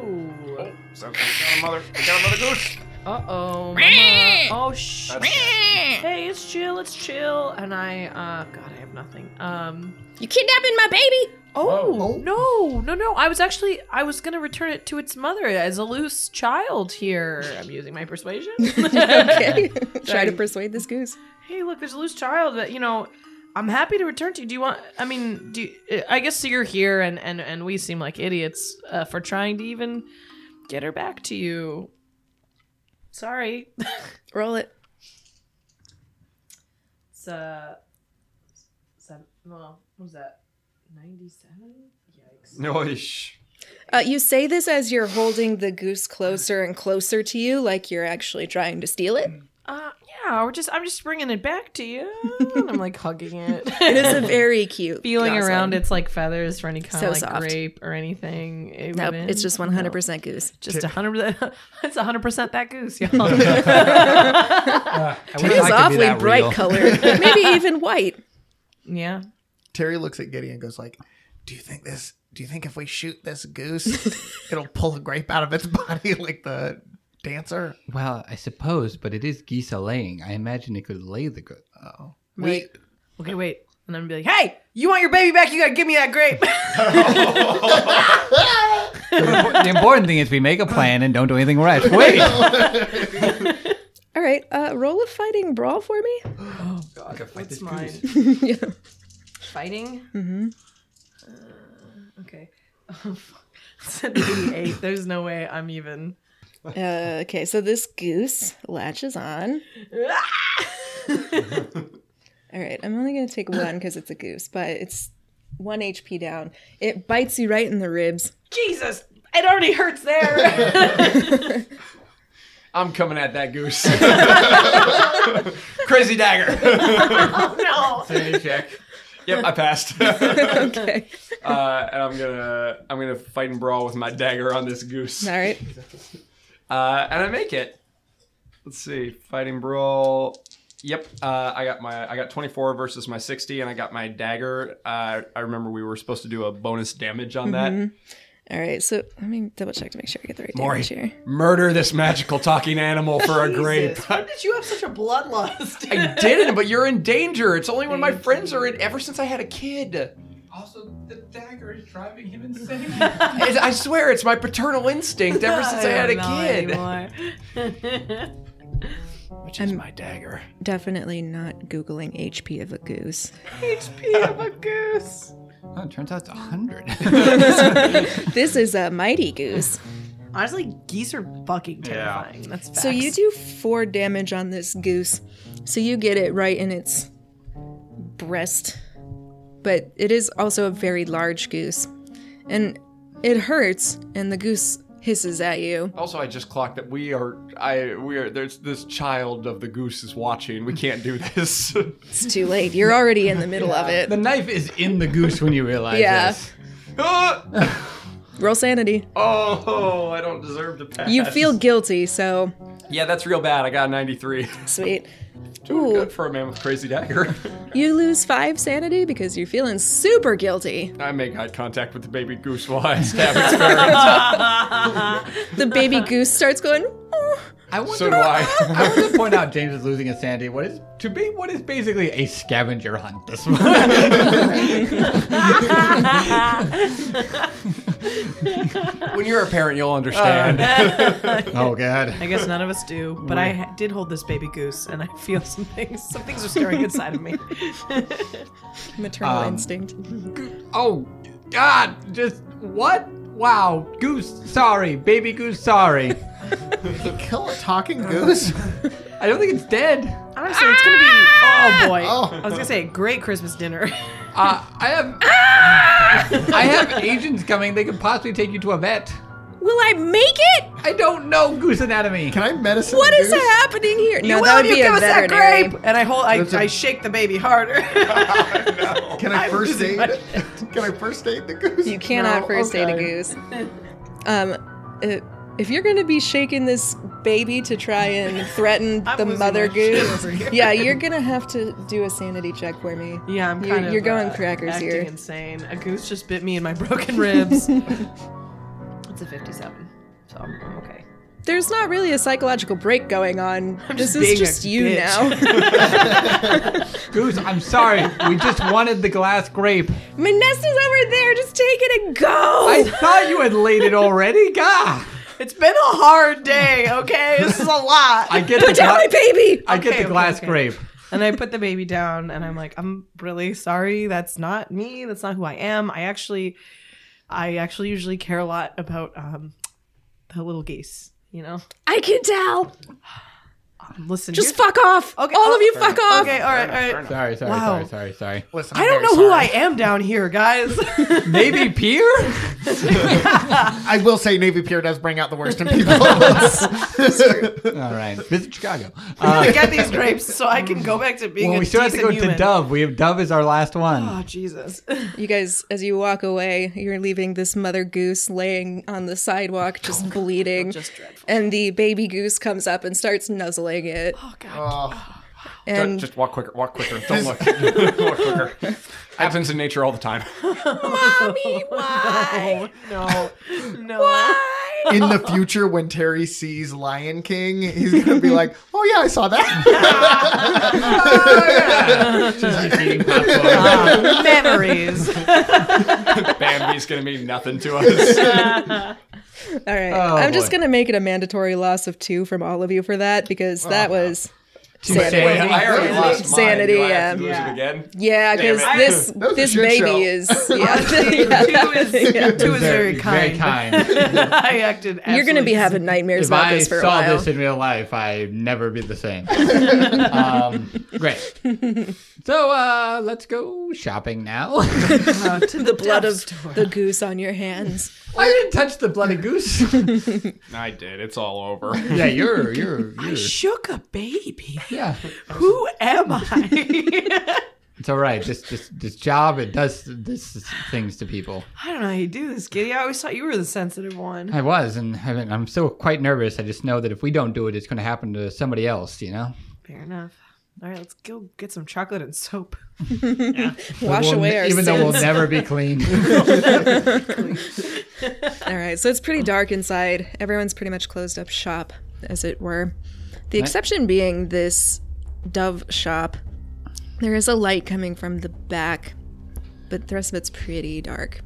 Speaker 4: Oh, Something's got a mother. I got a mother goose.
Speaker 6: Uh oh, mama. Oh sh. Hey, it's chill. It's chill. And I, uh, God, I have nothing. Um.
Speaker 5: You kidnapping my baby?
Speaker 6: Oh no, no, no! I was actually I was gonna return it to its mother as a loose child here. I'm using my <laughs> persuasion.
Speaker 5: <laughs> okay. Try to persuade this goose.
Speaker 6: hey, look, there's a loose child that you know. I'm happy to return to you. Do you want? I mean, do you, I guess you're here, and and and we seem like idiots uh, for trying to even get her back to you. Sorry,
Speaker 5: Roll it.
Speaker 6: it's uh, seven. Well, what was that? Ninety-seven. Yikes.
Speaker 4: Noish.
Speaker 5: Uh, you say this as you're holding the goose closer and closer to you, like you're actually trying to steal it.
Speaker 2: Mm.
Speaker 6: Uh, yeah, we're just I'm just bringing it back to you. and I'm like hugging <laughs> it.
Speaker 5: It is
Speaker 2: <laughs>
Speaker 5: a very cute
Speaker 6: feeling
Speaker 5: gosling.
Speaker 6: around its like feathers for any kind
Speaker 5: So
Speaker 6: of like
Speaker 5: soft.
Speaker 6: grape or anything. It
Speaker 5: Nope,
Speaker 6: wouldn't.
Speaker 5: it's just 100% goose.
Speaker 6: just a hundred. percent <laughs> It's a hundred percent that goose, y'all. <laughs>
Speaker 2: Uh, I
Speaker 5: It
Speaker 2: wish
Speaker 5: is
Speaker 2: I could be
Speaker 5: awfully
Speaker 2: that
Speaker 5: bright
Speaker 2: real. <laughs>
Speaker 5: colored, maybe even white.
Speaker 6: yeah.
Speaker 7: Terry looks at Giddy and goes like, "Do you think this? Do you think if we shoot this goose, it'll pull a grape out of its body like the dancer?"
Speaker 2: Well, I suppose, but it is geese laying. I imagine it could lay the good.
Speaker 7: Oh, we
Speaker 6: Okay, wait. And I'm gonna be like, hey, you want your baby back? You gotta give me that grape. <laughs>
Speaker 2: the important thing is we make a plan and don't do anything rash. Wait, Oh,
Speaker 5: All right, uh, roll a fighting brawl for me. <laughs>
Speaker 6: What's mine? Fighting.
Speaker 5: hmm
Speaker 6: Okay. <laughs> Oh, fuck. It's an 88. There's no way I'm even.
Speaker 5: Uh, okay, so this goose latches on. All right, I'm only going to take one because it's a goose, but it's one HP down. It bites you right in the ribs. <laughs>
Speaker 6: Jesus, it already hurts there.
Speaker 4: I'm coming at that
Speaker 6: <laughs>
Speaker 4: goose. <laughs> Crazy dagger.
Speaker 6: <laughs> no.
Speaker 4: Sanity check. Yep, I passed.
Speaker 6: <laughs>
Speaker 5: okay.
Speaker 4: uh, and I'm gonna I'm gonna fight and brawl with my dagger on this goose.
Speaker 5: All right.
Speaker 4: Uh, and I make it. Let's see, fighting brawl. Yep, uh, I got my I got 24 versus my 60, and I got my dagger. Uh, I remember we were supposed to do a bonus damage on that.
Speaker 6: Mm-hmm.
Speaker 5: All right, so let me double check to make sure I get the right
Speaker 4: Maury.
Speaker 5: damage here.
Speaker 4: Murder this magical talking animal for a
Speaker 6: <laughs>
Speaker 4: grape.
Speaker 9: Why did you have such a bloodlust?
Speaker 4: I didn't, but you're in danger. It's only when my friends are in. Ever since I had a kid,
Speaker 2: Also, the dagger is driving him
Speaker 5: <laughs>
Speaker 2: insane.
Speaker 4: I I swear it's my paternal instinct. Ever since I, had a kid, which is my dagger.
Speaker 5: Definitely not Googling HP of a goose.
Speaker 2: oh, it turns out it's 100.
Speaker 5: This is a mighty goose.
Speaker 9: Honestly, geese are fucking terrifying. That's facts.
Speaker 5: So you do four damage on this goose. So you get it right in its breast. But it is also a very large goose. And it hurts, and the goose hisses at you.
Speaker 4: Also, I just clocked that we are. I we are. There's this child of the goose is watching. We can't do this. <laughs>
Speaker 5: It's too late. You're already in the middle of
Speaker 2: the
Speaker 5: it.
Speaker 2: knife is in the goose when you realize
Speaker 5: Yeah.
Speaker 2: this.
Speaker 4: Ah!
Speaker 5: Roll sanity.
Speaker 4: oh, I don't deserve to pass.
Speaker 5: You feel guilty, so
Speaker 4: Yeah, that's real bad. I got a 93.
Speaker 5: sweet.
Speaker 4: Doing
Speaker 5: Ooh.
Speaker 4: good for a man with crazy dagger. <laughs>
Speaker 5: You lose five sanity because you're feeling super guilty.
Speaker 4: I make eye contact with the baby goose while I stab
Speaker 5: <laughs>
Speaker 4: its parents.
Speaker 5: The
Speaker 4: <laughs>
Speaker 5: baby goose starts going, "Oh."
Speaker 2: I want
Speaker 4: So
Speaker 2: to,
Speaker 4: do I.
Speaker 2: <laughs> I want to point out James is losing his sanity. What is to be what is basically a scavenger hunt this month.
Speaker 4: when you're a parent, you'll understand.
Speaker 2: oh god.
Speaker 9: I guess none of us do, but I ha- did hold this baby goose, and I feel
Speaker 6: <laughs>
Speaker 9: some things. Some things are
Speaker 5: <laughs>
Speaker 9: stirring inside of me.
Speaker 5: maternal
Speaker 4: Um,
Speaker 5: instinct.
Speaker 2: Oh god, just what? Wow, goose, sorry, baby goose, sorry.
Speaker 7: kill a talking goose.
Speaker 2: I don't think it's dead.
Speaker 5: "Ah,
Speaker 9: Honestly, it's gonna be
Speaker 4: Ah!
Speaker 9: oh boy.
Speaker 7: Oh.
Speaker 9: I was gonna say great Christmas dinner.
Speaker 2: Uh, I have I have agents coming. They could possibly take you to a vet.
Speaker 5: Will I make it?
Speaker 2: I don't know goose anatomy.
Speaker 7: Can I medicine?
Speaker 5: What
Speaker 7: the
Speaker 5: is
Speaker 7: goose?
Speaker 5: happening here?
Speaker 6: <laughs>
Speaker 5: No,
Speaker 6: Will
Speaker 5: that would
Speaker 6: you
Speaker 5: be
Speaker 6: give
Speaker 5: a
Speaker 6: us that
Speaker 5: veterinary.
Speaker 6: grape? And I hold, I,
Speaker 7: That's a-
Speaker 6: I shake the
Speaker 5: <laughs>
Speaker 6: baby harder.
Speaker 7: Can I
Speaker 6: I'm
Speaker 7: first
Speaker 6: losing
Speaker 7: aid?
Speaker 6: my
Speaker 7: <laughs> Can I first aid the goose?
Speaker 5: You cannot
Speaker 7: No,
Speaker 5: first aid a
Speaker 7: okay.
Speaker 5: goose. Um, uh, if you're going to be shaking this baby to try
Speaker 6: <laughs>
Speaker 5: and threaten
Speaker 6: I'm
Speaker 5: the
Speaker 6: losing
Speaker 5: mother
Speaker 6: my shit
Speaker 5: goose,
Speaker 6: over here.
Speaker 5: yeah, you're going to have to do a sanity check for me.
Speaker 6: Yeah, I'm
Speaker 5: You're-
Speaker 6: kind of.
Speaker 5: you're going
Speaker 6: uh,
Speaker 5: crackers
Speaker 6: acting
Speaker 5: here.
Speaker 6: Insane. A goose just bit me in my <laughs>
Speaker 5: <laughs>
Speaker 6: broken ribs. it's a 57, so I'm, I'm okay.
Speaker 5: There's not really a psychological break going on. this
Speaker 6: just
Speaker 5: is
Speaker 6: being a
Speaker 5: just you
Speaker 6: bitch. <laughs>
Speaker 5: now.
Speaker 2: Goose, I'm sorry. We just wanted the glass grape.
Speaker 5: Manessa's over there. Just take it and go.
Speaker 2: I thought you had laid it already. God,
Speaker 6: It's been a hard day. Okay, this is a lot.
Speaker 2: I get the
Speaker 5: Put down
Speaker 2: gla-
Speaker 5: my baby.
Speaker 2: I get
Speaker 6: Okay,
Speaker 2: the
Speaker 6: okay,
Speaker 2: glass
Speaker 6: okay.
Speaker 2: grape.
Speaker 6: and I put the baby down and I'm like, I'm really sorry. That's not me. That's not who I am. I actually, I actually usually care a lot about um, the little geese. You know,
Speaker 5: I can tell.
Speaker 6: listen.
Speaker 5: Just
Speaker 6: you're-
Speaker 5: fuck off.
Speaker 6: Okay,
Speaker 5: All
Speaker 6: oh,
Speaker 5: of you fuck off.
Speaker 6: Okay, all right, all right.
Speaker 2: Sorry, sorry,
Speaker 6: Wow.
Speaker 2: sorry, sorry, sorry.
Speaker 7: Listen,
Speaker 6: I
Speaker 7: I'm
Speaker 6: don't know
Speaker 7: very
Speaker 6: who I
Speaker 7: sorry.
Speaker 6: am down
Speaker 2: <laughs>
Speaker 6: here, guys.
Speaker 2: Navy Pier?
Speaker 7: I will say Navy Pier does bring out
Speaker 5: <laughs>
Speaker 7: the worst in people.
Speaker 2: <laughs> All right, visit Chicago.
Speaker 6: I
Speaker 2: Uh,
Speaker 6: get these grapes so I can go back to being
Speaker 2: well,
Speaker 6: a
Speaker 2: we still have to
Speaker 6: decent
Speaker 2: go
Speaker 6: human.
Speaker 2: to Dove. We have Dove is our last one.
Speaker 6: Oh
Speaker 5: <laughs>
Speaker 6: Jesus!
Speaker 5: You guys, as you walk away, you're leaving this mother goose laying on the sidewalk, just bleeding.
Speaker 6: Oh, Just dreadful.
Speaker 5: and the baby goose comes up and starts nuzzling it.
Speaker 7: <laughs> oh,
Speaker 5: and
Speaker 4: just walk quicker. Walk quicker. Don't look. <laughs> walk quicker. Happens in nature all the time. <laughs>
Speaker 5: mommy, why?
Speaker 6: No, <laughs> no.
Speaker 7: in the future, when Terry sees Lion King, he's gonna be like, "Oh yeah, I
Speaker 6: <laughs>
Speaker 7: saw that."
Speaker 6: <laughs> Ah,
Speaker 2: <laughs>
Speaker 6: memories.
Speaker 4: Bambi's gonna mean nothing to <laughs> us.
Speaker 5: All right,
Speaker 2: Oh,
Speaker 5: I'm just
Speaker 2: boy.
Speaker 5: gonna make it a mandatory loss of two from all of you for that
Speaker 2: Oh,
Speaker 5: because that was
Speaker 2: Sanity.
Speaker 4: Wait, I already lost mine.
Speaker 5: Sanity,
Speaker 4: Do I have to
Speaker 5: yeah.
Speaker 4: lose
Speaker 6: Yeah.
Speaker 4: it again?
Speaker 5: yeah,
Speaker 4: Damn
Speaker 5: because
Speaker 2: <laughs>
Speaker 4: it.
Speaker 5: this
Speaker 7: That was a
Speaker 5: this
Speaker 7: shit
Speaker 5: baby
Speaker 7: show.
Speaker 5: is <laughs> yeah, yeah,
Speaker 6: Two
Speaker 5: that was-
Speaker 6: is,
Speaker 5: yeah.
Speaker 6: two is very kind.
Speaker 2: Very kind.
Speaker 6: <laughs> I acted.
Speaker 5: You're gonna be
Speaker 6: absolutely <laughs>
Speaker 5: having <laughs> nightmares
Speaker 2: if
Speaker 5: about
Speaker 2: I
Speaker 5: this for a
Speaker 2: saw
Speaker 5: while.
Speaker 2: this in real life, I'd never be the same. um, great. So uh, let's go shopping now. <laughs> I
Speaker 5: the blood of the goose on your hands.
Speaker 2: didn't touch the bloody goose.
Speaker 6: <laughs>
Speaker 4: I did. It's all over.
Speaker 2: yeah, you're you're, you're
Speaker 6: shook a <laughs> baby.
Speaker 2: yeah.
Speaker 6: Who am I? <laughs>
Speaker 2: It's all right. This this this job it does this, this things to people.
Speaker 6: I don't know how you do this, Giddy. I always thought you were the sensitive one.
Speaker 2: I was, and I mean, I'm still quite nervous. I just know that if we don't do it, it's going to happen to somebody else. You know,
Speaker 6: Fair enough. All right, let's go get some chocolate and soap.
Speaker 5: Wash
Speaker 2: We'll-
Speaker 5: away our
Speaker 2: even
Speaker 5: sins.
Speaker 2: though we'll never be
Speaker 5: <laughs>
Speaker 2: clean.
Speaker 5: All right, so it's pretty dark inside. Everyone's pretty much closed up shop, as it were. The exception being this dove shop. There is a light coming from the back, but the rest of it's pretty dark.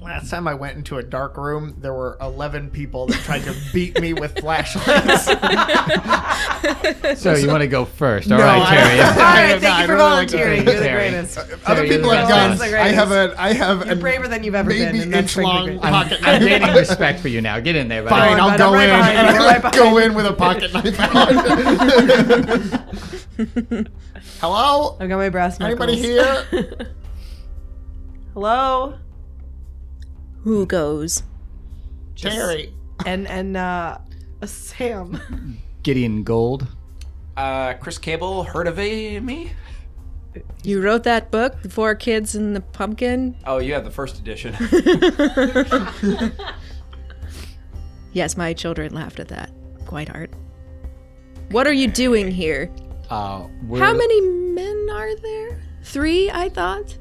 Speaker 7: Last time I went into a dark room, there were eleven people that tried to beat me with flashlights.
Speaker 2: so you want to go first? All
Speaker 7: No,
Speaker 2: <laughs> right,
Speaker 7: I-
Speaker 2: Terry.
Speaker 6: <laughs>
Speaker 7: <laughs>
Speaker 6: All right,
Speaker 7: No, I
Speaker 6: thank you for
Speaker 7: don't like
Speaker 6: volunteering.
Speaker 2: that.
Speaker 6: You're the
Speaker 2: Terry.
Speaker 6: greatest.
Speaker 7: Other
Speaker 2: Terry,
Speaker 7: people
Speaker 2: you're
Speaker 7: have
Speaker 2: the
Speaker 7: guns.
Speaker 6: best.
Speaker 7: I have a. I have
Speaker 6: You're
Speaker 7: a
Speaker 6: braver than you've ever been.
Speaker 7: maybe
Speaker 6: and that's
Speaker 7: inch
Speaker 6: frankly
Speaker 7: long
Speaker 6: great.
Speaker 2: I'm,
Speaker 7: pocket
Speaker 2: I'm
Speaker 7: knife.
Speaker 2: gaining respect for you now. Get in there, buddy.
Speaker 7: Fine,
Speaker 6: Don't worry
Speaker 7: I'll
Speaker 6: about it.
Speaker 7: go
Speaker 6: I'm right behind
Speaker 7: in.
Speaker 6: you.
Speaker 7: I'll <laughs>
Speaker 6: Right behind
Speaker 7: go in with a pocket knife. out.
Speaker 6: <laughs>
Speaker 7: <laughs> Hello?
Speaker 6: I've got my brass knuckles.
Speaker 7: Anybody here?
Speaker 6: <laughs> Hello.
Speaker 5: Who goes?
Speaker 7: Terry.
Speaker 6: And and uh, Sam.
Speaker 2: Gideon Gold.
Speaker 4: Uh, Chris Cable heard of a, me?
Speaker 5: You wrote that book, The Four Kids and the Pumpkin?
Speaker 4: Oh, you have the first edition. <laughs>
Speaker 5: Yes, my children laughed at that. Quite hard. What are you doing here?
Speaker 2: Uh, we're,
Speaker 5: How many men are there? Three, I thought?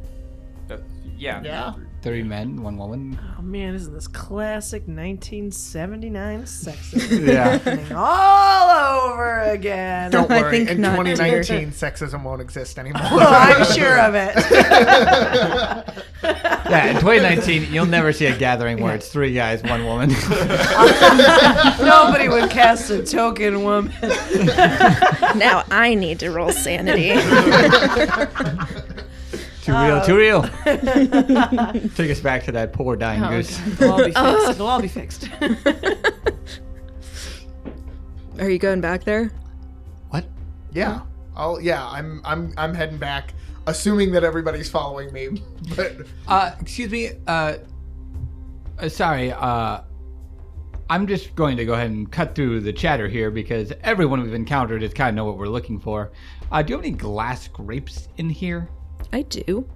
Speaker 4: Uh, yeah.
Speaker 7: Yeah.
Speaker 2: Three men, one woman.
Speaker 6: Oh man, isn't this classic 1979 sexism
Speaker 2: Yeah.
Speaker 7: <laughs>
Speaker 6: happening all over again?
Speaker 7: Don't
Speaker 5: I
Speaker 7: worry.
Speaker 5: think
Speaker 7: In
Speaker 5: not, dear.
Speaker 6: <laughs>
Speaker 7: 2019, sexism won't exist anymore.
Speaker 6: Oh, I'm sure of it.
Speaker 7: <laughs>
Speaker 6: <laughs>
Speaker 2: yeah. In 2019, you'll never see a gathering where it's three guys, one
Speaker 5: <laughs>
Speaker 2: woman.
Speaker 6: <laughs> Nobody would cast a token <laughs> woman.
Speaker 5: <laughs> Now I need to roll sanity.
Speaker 2: too real. Too real.
Speaker 5: Uh,
Speaker 2: Take us back to that poor dying goose.
Speaker 6: It'll all be fixed. It'll all be fixed. <laughs>
Speaker 5: <laughs> are you going back there?
Speaker 2: What?
Speaker 7: yeah. Oh yeah. I'm I'm I'm heading back, assuming that everybody's following me. <laughs> But
Speaker 2: Uh, excuse me. Uh, uh, sorry. Uh, I'm just going to go ahead and cut through the chatter here because everyone we've encountered is kind of know what we're looking for. Uh, do you have any glass grapes in here?
Speaker 5: I do.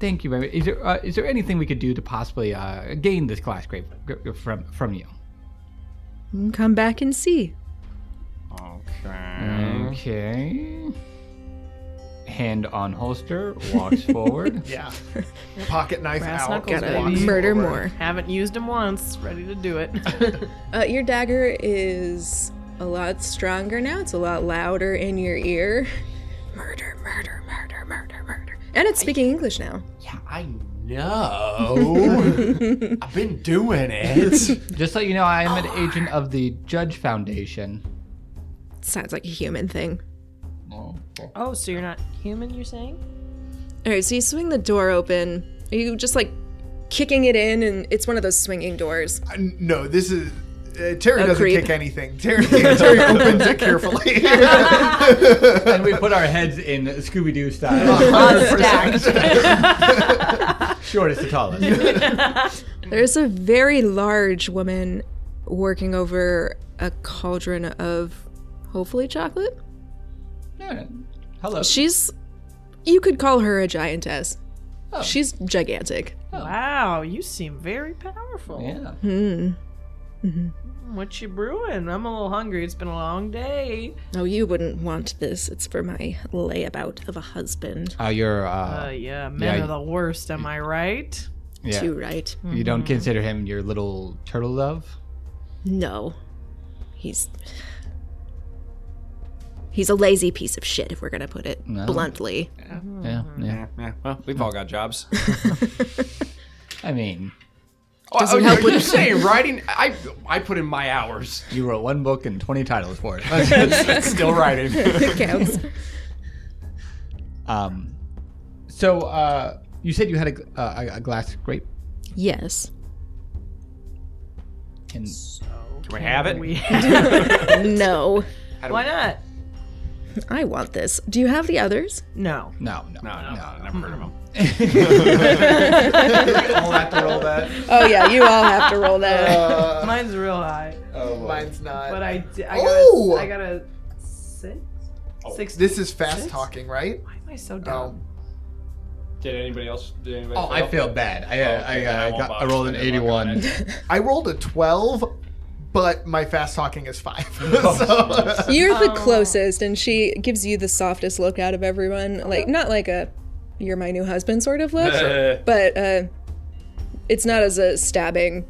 Speaker 2: Thank you very much. Is there, uh, is there anything we could do to possibly uh, gain this glass grape g- g- from from you?
Speaker 5: Come back and see.
Speaker 4: Okay.
Speaker 2: Okay. Hand on holster, walks forward.
Speaker 7: Yeah. <laughs> Pocket knife
Speaker 6: Brass
Speaker 7: out.
Speaker 6: knuckles,
Speaker 7: walks
Speaker 6: baby.
Speaker 5: Murder
Speaker 7: over.
Speaker 5: more.
Speaker 6: Haven't used him once. Ready to do it. <laughs>
Speaker 5: Uh, your dagger is a lot stronger now. It's a lot louder in your ear. <laughs> Murder, murder, murder, murder, murder. And it's speaking English now.
Speaker 4: Yeah, I know. I've been doing it. <laughs>
Speaker 2: Just so you know, I am an agent of the Judge Foundation.
Speaker 5: Sounds like a human thing.
Speaker 6: oh, so you're not human? You're saying?
Speaker 5: All right, so you swing the door open. Are you just like kicking it in? And it's one of those swinging doors.
Speaker 7: Uh, No, this is. Uh, Terry
Speaker 5: A
Speaker 7: doesn't
Speaker 5: creep.
Speaker 7: kick anything. Terry, <laughs> Terry opens it carefully.
Speaker 5: <laughs>
Speaker 2: and we put our heads in Scooby Doo style. Shortest to tallest.
Speaker 5: There's a very large woman working over a cauldron of hopefully chocolate.
Speaker 2: Yeah. Hello.
Speaker 5: She's. You could call her a giantess.
Speaker 2: Oh.
Speaker 5: She's gigantic.
Speaker 6: Wow, you seem very powerful.
Speaker 2: Yeah.
Speaker 6: What you brewing? I'm a little hungry. It's been a long day.
Speaker 5: No, you wouldn't want this. It's for my layabout of a husband.
Speaker 2: Uh, you're, uh,
Speaker 6: Uh, yeah, men
Speaker 2: Yeah,
Speaker 6: are the worst. Am I right?
Speaker 2: yeah.
Speaker 5: Too right.
Speaker 2: You don't consider him your little turtle love?
Speaker 5: No. He's. He's a lazy piece of shit, if we're gonna put it
Speaker 2: No. <laughs>
Speaker 5: bluntly.
Speaker 2: Yeah, yeah.
Speaker 4: yeah, well, we've all got jobs.
Speaker 2: I mean,
Speaker 4: Doesn't oh, help you're <laughs> saying writing. I I put in my hours.
Speaker 2: you wrote one book and 20 titles for it.
Speaker 4: <laughs>
Speaker 2: <laughs>
Speaker 4: It's Still writing.
Speaker 5: Counts.
Speaker 2: Um, so uh, you said you had a, gl- uh, a, a glass grape,
Speaker 5: <laughs> yes.
Speaker 2: and
Speaker 4: Can we have it?
Speaker 6: We
Speaker 5: No.
Speaker 6: Why not?
Speaker 5: I want this. Do you have the others?
Speaker 6: No.
Speaker 2: no, no,
Speaker 4: No, no, no, never heard of them.
Speaker 2: <laughs>
Speaker 7: I'll have to roll that.
Speaker 5: <laughs> Oh yeah, you all have to roll <laughs> that.
Speaker 7: Uh,
Speaker 6: Mine's real high,
Speaker 7: mine's not.
Speaker 6: but I di- I
Speaker 7: Uh, Oh!
Speaker 6: got a, I got a six. Six.
Speaker 7: this is fast
Speaker 6: Six?
Speaker 7: talking, right?
Speaker 6: Why am I so
Speaker 7: Oh,
Speaker 6: dumb?
Speaker 4: Did anybody else? Did anybody
Speaker 2: Oh, I feel bad. I, uh, I,
Speaker 4: Oh, Okay,
Speaker 2: uh,
Speaker 4: I won't
Speaker 2: got, I
Speaker 4: bother.
Speaker 2: rolled an
Speaker 4: I didn't look
Speaker 2: 81.
Speaker 7: I rolled a twelve, but my fast talking is five. <laughs>
Speaker 5: Oh,
Speaker 7: so,
Speaker 5: You're the closest, and she gives you the softest look out of everyone. Like not like a "you're my new husband" sort of <laughs> look,
Speaker 2: <laughs>
Speaker 5: but uh, it's not as a stabbing.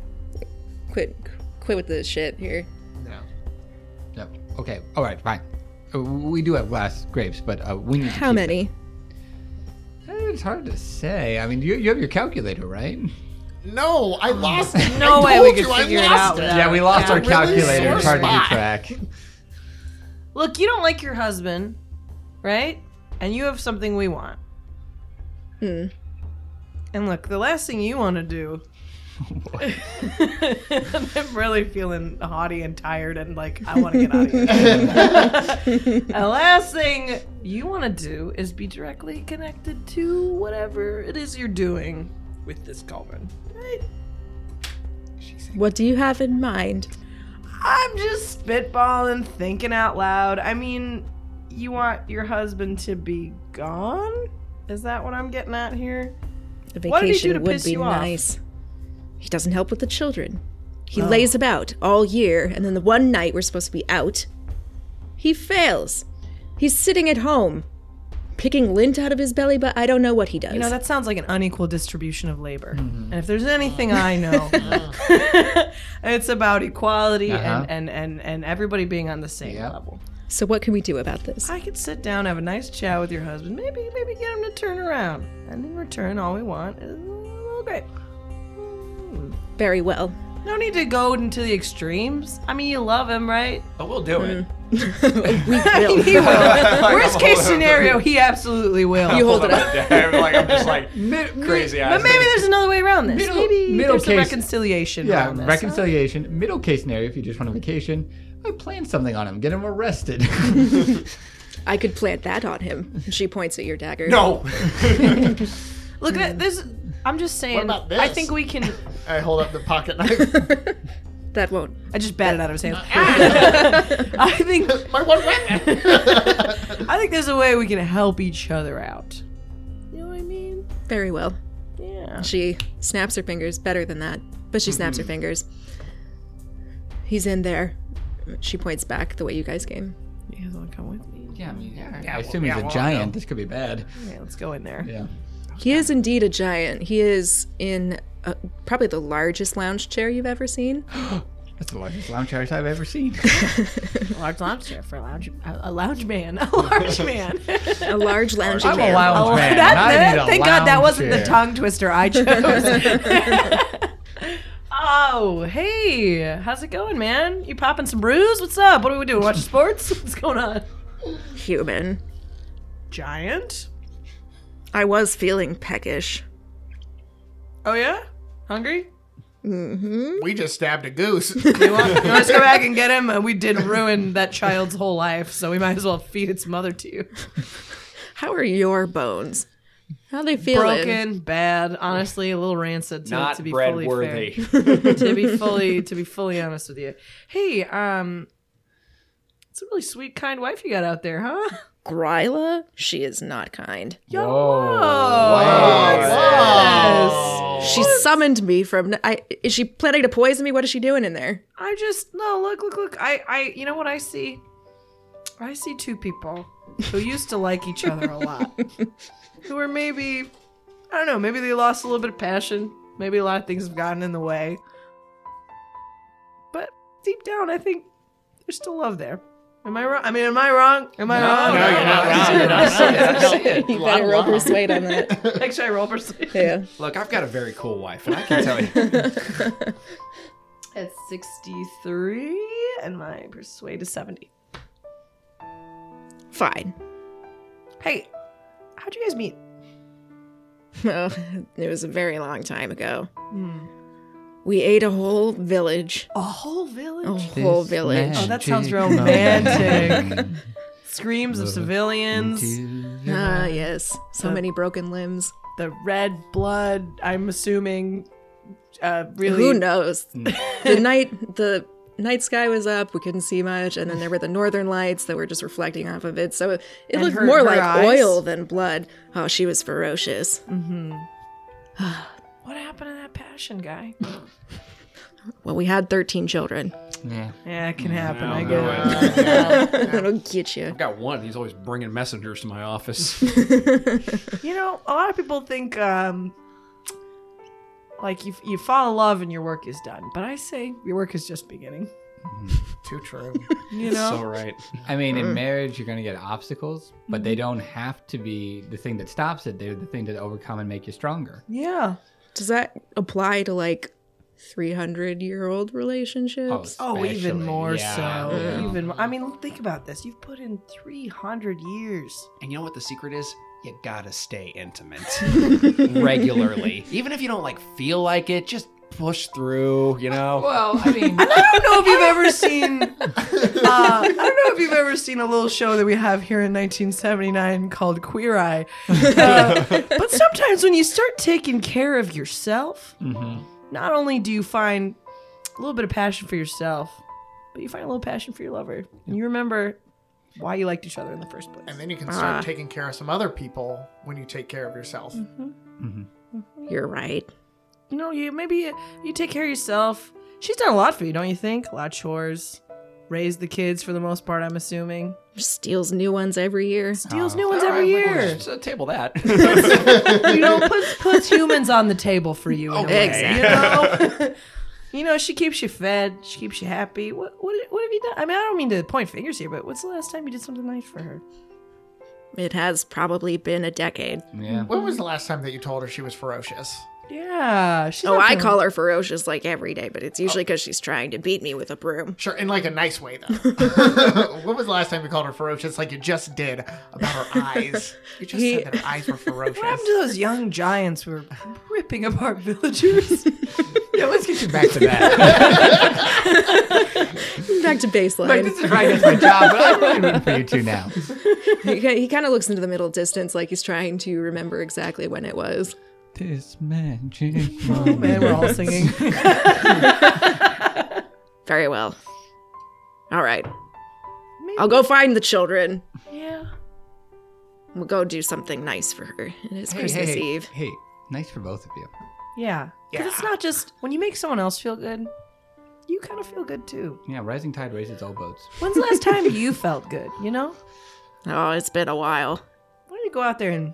Speaker 5: Quit, quit with this shit here.
Speaker 2: Yep. Okay. All right. Fine. Uh, We do have glass grapes, but uh, we need. To
Speaker 5: How
Speaker 2: keep-
Speaker 5: many?
Speaker 2: Eh, It's hard to say. I mean, you, you have your calculator, right?
Speaker 7: no, I
Speaker 6: <laughs>
Speaker 7: lost. it.
Speaker 6: Mm. No
Speaker 7: I
Speaker 6: way
Speaker 7: told
Speaker 6: we could
Speaker 7: you I
Speaker 6: figure it
Speaker 7: lost
Speaker 6: out. without- Yeah.
Speaker 7: really calculator. sore It's hard to keep spot.
Speaker 2: track.
Speaker 6: Look, you don't like your husband, right? And you have something we want.
Speaker 5: Hmm.
Speaker 6: And look, the last thing you want to do. <laughs> I'm really feeling haughty and tired, and like I want to get out of
Speaker 7: <laughs>
Speaker 6: here. the last thing you want to do is be directly connected to whatever it is you're doing with this cauldron, right?
Speaker 5: What do you have in mind?
Speaker 6: I'm just spitballing, thinking out loud. I mean, you want your husband to be gone? Is that what I'm getting at here?
Speaker 5: The
Speaker 6: What did he do to
Speaker 5: vacation would
Speaker 6: piss
Speaker 5: be
Speaker 6: you off?
Speaker 5: nice. He doesn't help with the children. He
Speaker 6: Oh.
Speaker 5: lays about all year, and then the one night we're supposed to be out, he fails. He's sitting at home, picking lint out of his belly, but I don't know what he does.
Speaker 6: You know, that sounds like an unequal distribution of labor.
Speaker 2: Mm-hmm.
Speaker 6: And if there's anything <laughs>
Speaker 2: <laughs>
Speaker 6: I know, it's about equality
Speaker 2: Uh-huh.
Speaker 6: and, and, and, and everybody being on the same
Speaker 2: Yep.
Speaker 6: level.
Speaker 5: so what can we do about this?
Speaker 6: I could sit down, have a nice chat with your husband, maybe maybe get him to turn around. And in return, all we want is okay.
Speaker 5: Very
Speaker 6: <laughs>
Speaker 5: well.
Speaker 6: Mm. No need to go into the extremes. I mean, you love him, right?
Speaker 4: But we'll do it.
Speaker 5: <laughs>
Speaker 6: he will. Worst case scenario, he absolutely will.
Speaker 5: You hold it up.
Speaker 4: I'm like I'm just like crazy eyes.
Speaker 6: but maybe there's another way around this.
Speaker 2: Middle-
Speaker 6: maybe
Speaker 2: middle
Speaker 6: there's a
Speaker 2: case-
Speaker 6: reconciliation.
Speaker 2: Yeah,
Speaker 6: around this.
Speaker 2: reconciliation. Middle case scenario, if you just want a vacation, I plan something on him, get him arrested.
Speaker 5: I could plant that on him. She points at your dagger.
Speaker 4: no.
Speaker 6: <laughs> Look, th- this. I'm just saying.
Speaker 7: about
Speaker 6: I
Speaker 7: this?
Speaker 6: think we can. <laughs>
Speaker 7: I hold up the pocket knife.
Speaker 5: <laughs>
Speaker 7: <laughs>
Speaker 5: That won't.
Speaker 10: I just bat it out of his hands. I think
Speaker 7: My one weapon.
Speaker 6: <laughs>
Speaker 10: I think there's a way we can help each other out.
Speaker 6: You know what I mean?
Speaker 5: Very well.
Speaker 6: Yeah.
Speaker 5: She snaps her fingers better than that, but she
Speaker 2: Mm-hmm.
Speaker 5: snaps her fingers. He's in there. She points back the way you guys came.
Speaker 6: You guys want to come with me?
Speaker 2: Yeah, I <laughs> mean, yeah. I assume he's a giant. This could be bad.
Speaker 6: Okay, let's go in there.
Speaker 2: Yeah.
Speaker 5: He is indeed a giant. He is in uh probably the largest lounge chair you've ever seen.
Speaker 2: That's the largest lounge chairs I've ever seen.
Speaker 6: A large lounge chair for a lounge, a, a lounge man, <laughs> a large man.
Speaker 2: <laughs>
Speaker 5: A large lounging
Speaker 2: I'm a
Speaker 5: man.
Speaker 2: lounge man.
Speaker 10: Oh, That-
Speaker 2: I
Speaker 10: that-
Speaker 2: need a
Speaker 10: thank God that
Speaker 2: lounge
Speaker 10: wasn't the
Speaker 2: chair.
Speaker 10: tongue twister
Speaker 6: <laughs>
Speaker 10: I chose.
Speaker 6: oh, hey, how's it going, man? You popping some brews? What's up? What are we doing? Watch sports? <laughs> What's going on?
Speaker 5: Human.
Speaker 6: Giant?
Speaker 5: I was feeling peckish.
Speaker 6: Oh yeah? Hungry?
Speaker 7: we just stabbed a
Speaker 6: <laughs>
Speaker 7: goose.
Speaker 10: Let's go back and get him. Uh, We did ruin that child's whole life, so we might as well feed its mother to you.
Speaker 5: How are your bones? How they feeling?
Speaker 6: Broken, bad, honestly, a little rancid to,
Speaker 8: Not
Speaker 6: to be
Speaker 8: bread
Speaker 6: fully
Speaker 8: worthy.
Speaker 6: fair. to be fully to be fully honest with you. Hey, um it's a really sweet, kind wife you got out there, huh?
Speaker 5: Gryla? She is not kind.
Speaker 6: Yo, Oh,
Speaker 5: She summoned me from. I, is she planning to poison me? What is she doing in there?
Speaker 6: I just no look look look I I you know what I see I see two people who used to like each other a lot who are maybe I don't know maybe they lost a little bit of passion maybe a lot of things have gotten in the way but deep down I think there's still love there am I wrong I mean am I wrong am I wrong
Speaker 7: no, you're not wrong. You're not
Speaker 5: <laughs>
Speaker 7: wrong.
Speaker 5: you better roll persuade on that.
Speaker 6: Like, should I roll persuasion
Speaker 5: Yeah.
Speaker 8: Look, I've got a very cool wife, and I can tell you.
Speaker 6: at 63 and my persuade is 70
Speaker 5: Fine. <laughs>
Speaker 6: hey how'd you guys meet
Speaker 5: Oh, it was a very long time ago.
Speaker 6: Hmm.
Speaker 5: We ate a whole village.
Speaker 6: a whole village
Speaker 5: A whole village.
Speaker 6: Oh, that sounds romantic. Screams of civilians,
Speaker 5: Ah, yes. So many broken limbs.
Speaker 6: the red blood, I'm assuming. Uh, really, Hmm.
Speaker 5: Who knows? <laughs> the night the night sky was up, we couldn't see much, and then there were the northern lights that were just reflecting off of it. So it
Speaker 6: And
Speaker 5: looked
Speaker 6: her-
Speaker 5: more
Speaker 6: her
Speaker 5: like
Speaker 6: eyes?
Speaker 5: oil than blood. Oh, she was ferocious.
Speaker 6: What happened to that passion guy?
Speaker 5: Well, we had 13 children.
Speaker 2: Yeah.
Speaker 6: Yeah, it can happen,
Speaker 8: No,
Speaker 6: Mm, I
Speaker 8: no
Speaker 6: guess.
Speaker 8: way.
Speaker 6: <laughs>
Speaker 5: <laughs>
Speaker 8: I've
Speaker 5: That'll get you.
Speaker 8: got one. He's always bringing messengers to my office.
Speaker 6: You know, a lot of people think, um, like, you, you fall in love and your work is done. But I say your work is just beginning.
Speaker 7: Too true.
Speaker 6: You
Speaker 8: so
Speaker 6: know?
Speaker 8: right.
Speaker 2: I mean, in marriage, you're going to get obstacles, but they don't have to be the thing that stops it. They're the thing that overcome and make you stronger.
Speaker 6: yeah.
Speaker 5: Does that apply to like 300 year old relationships?
Speaker 6: Oh, even
Speaker 2: especially.
Speaker 6: more
Speaker 2: Yeah,
Speaker 6: so.
Speaker 2: yeah.
Speaker 6: Even more. I mean, think about this. You've put in 300 years.
Speaker 8: <laughs> And you know what the secret is? You gotta stay intimate regularly. Even if you don't like feel like it, just push through, you know?
Speaker 2: Well, I mean,
Speaker 6: I don't know if you've ever seen. <laughs> Uh, I don't know if you've ever seen a little show that we have here in 1979 called Queer <laughs> Eye. Uh, but sometimes when you start taking care of yourself,
Speaker 2: Mm-hmm.
Speaker 6: not only do you find a little bit of passion for yourself, but you find a little passion for your lover, and you remember why you liked each other in the first place.
Speaker 7: And then you can
Speaker 6: Ah.
Speaker 7: start taking care of some other people when you take care of yourself.
Speaker 6: Mm-hmm.
Speaker 5: You're right.
Speaker 6: you know, you maybe you take care of yourself. She's done a lot for you, don't you think? A lot of chores, raised the kids for the most part. I'm assuming
Speaker 5: Steals new ones every year.
Speaker 6: steals new ones every
Speaker 8: Oh. All right, we can
Speaker 6: year.
Speaker 8: just, uh, table that.
Speaker 6: <laughs> you know, puts <laughs> puts humans on the table for you. In
Speaker 5: Okay.
Speaker 6: a way, you <laughs> know. You know, she keeps you fed. She keeps you happy. What, what what have you done? I mean, I don't mean to point fingers here, but what's the last time you did something nice for her?
Speaker 5: It has probably been a decade.
Speaker 2: yeah.
Speaker 7: <laughs> When was the last time that you told her she was ferocious?
Speaker 6: Yeah, she's.
Speaker 5: Oh,
Speaker 6: not
Speaker 5: I
Speaker 6: doing-
Speaker 5: call her ferocious like every day, but it's usually because she's trying to beat me with a broom.
Speaker 7: Sure, in like a nice way <laughs> though. when was the last time you called her ferocious like you just did about her eyes? You just
Speaker 5: He-
Speaker 7: said that her eyes were
Speaker 6: What happened
Speaker 7: ferocious.
Speaker 6: to those young giants who <laughs> were ripping apart <laughs> villagers?
Speaker 2: yeah, let's get you back
Speaker 6: <laughs>
Speaker 2: to that.
Speaker 5: Back to
Speaker 2: like,
Speaker 5: baseline.
Speaker 2: this is right, that's my job, but I'm really rooting for you two <laughs> now.
Speaker 5: <laughs> he he kind of looks into the middle distance like he's trying to remember exactly when it was.
Speaker 2: This magic
Speaker 6: <laughs> oh man, we're all singing.
Speaker 3: Very well. All right. I'll go find the children.
Speaker 8: Yeah.
Speaker 3: We'll go do something nice for her. It is
Speaker 2: Hey,
Speaker 3: Christmas
Speaker 2: hey, hey,
Speaker 3: Eve.
Speaker 2: Hey, nice for both of you.
Speaker 6: Yeah. Because it's not just when you make someone else feel good, you kind of feel good too.
Speaker 2: Yeah, rising tide raises all boats.
Speaker 6: When's
Speaker 3: <laughs>
Speaker 6: the last time you felt good? You know?
Speaker 3: Oh, it's been a while.
Speaker 6: Why don't you go out there and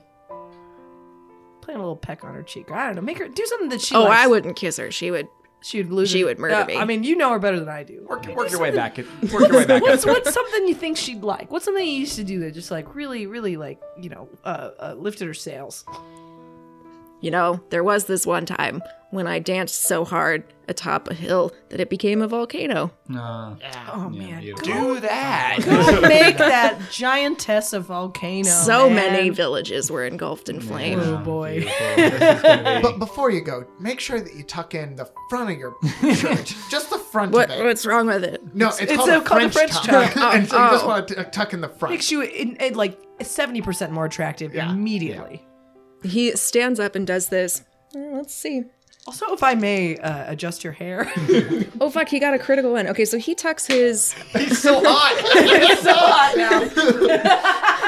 Speaker 6: plant a little peck on her cheek? Or I don't know. Make her do something that she
Speaker 3: oh,
Speaker 6: likes.
Speaker 3: I wouldn't kiss her. She would.
Speaker 6: She would lose.
Speaker 3: she
Speaker 6: her-
Speaker 3: would murder me.
Speaker 6: I mean, you know her better than I do.
Speaker 4: Work, work your way back. Work your way back.
Speaker 6: what's, what's something you think she'd like? What's something you used to do that just like really, really like you know uh, uh, lifted her sails?
Speaker 3: You know, there was this one time when I danced so hard atop a hill that it became a volcano.
Speaker 2: No.
Speaker 4: Ah,
Speaker 6: Oh
Speaker 2: Yeah,
Speaker 6: man,
Speaker 2: beautiful.
Speaker 4: Do that.
Speaker 6: go
Speaker 3: <laughs>
Speaker 6: make that giantess a volcano.
Speaker 3: so
Speaker 6: man.
Speaker 3: many villages were engulfed in flame.
Speaker 6: Oh, boy. <laughs>
Speaker 2: beautiful. This is gonna <laughs>
Speaker 7: But
Speaker 2: be-
Speaker 7: before you go, make sure that you tuck in the front of your <laughs> shirt, just the front
Speaker 3: What,
Speaker 7: of it.
Speaker 3: what's wrong with it?
Speaker 7: No, it's,
Speaker 6: It's
Speaker 7: called,
Speaker 6: so
Speaker 7: a
Speaker 6: called the
Speaker 7: French
Speaker 6: French
Speaker 7: tuck.
Speaker 3: tuck.
Speaker 7: <laughs> and so you just
Speaker 3: Oh.
Speaker 7: want to t- tuck in the front.
Speaker 6: makes you in, in, like seventy percent more attractive
Speaker 7: Yeah.
Speaker 6: immediately.
Speaker 5: He stands up and does this. Mm, Let's see.
Speaker 6: Also, if I may uh, adjust your <laughs> hair,
Speaker 5: Oh fuck, he got a critical one. Okay, so he tucks his
Speaker 7: He's so
Speaker 6: <laughs>
Speaker 7: hot.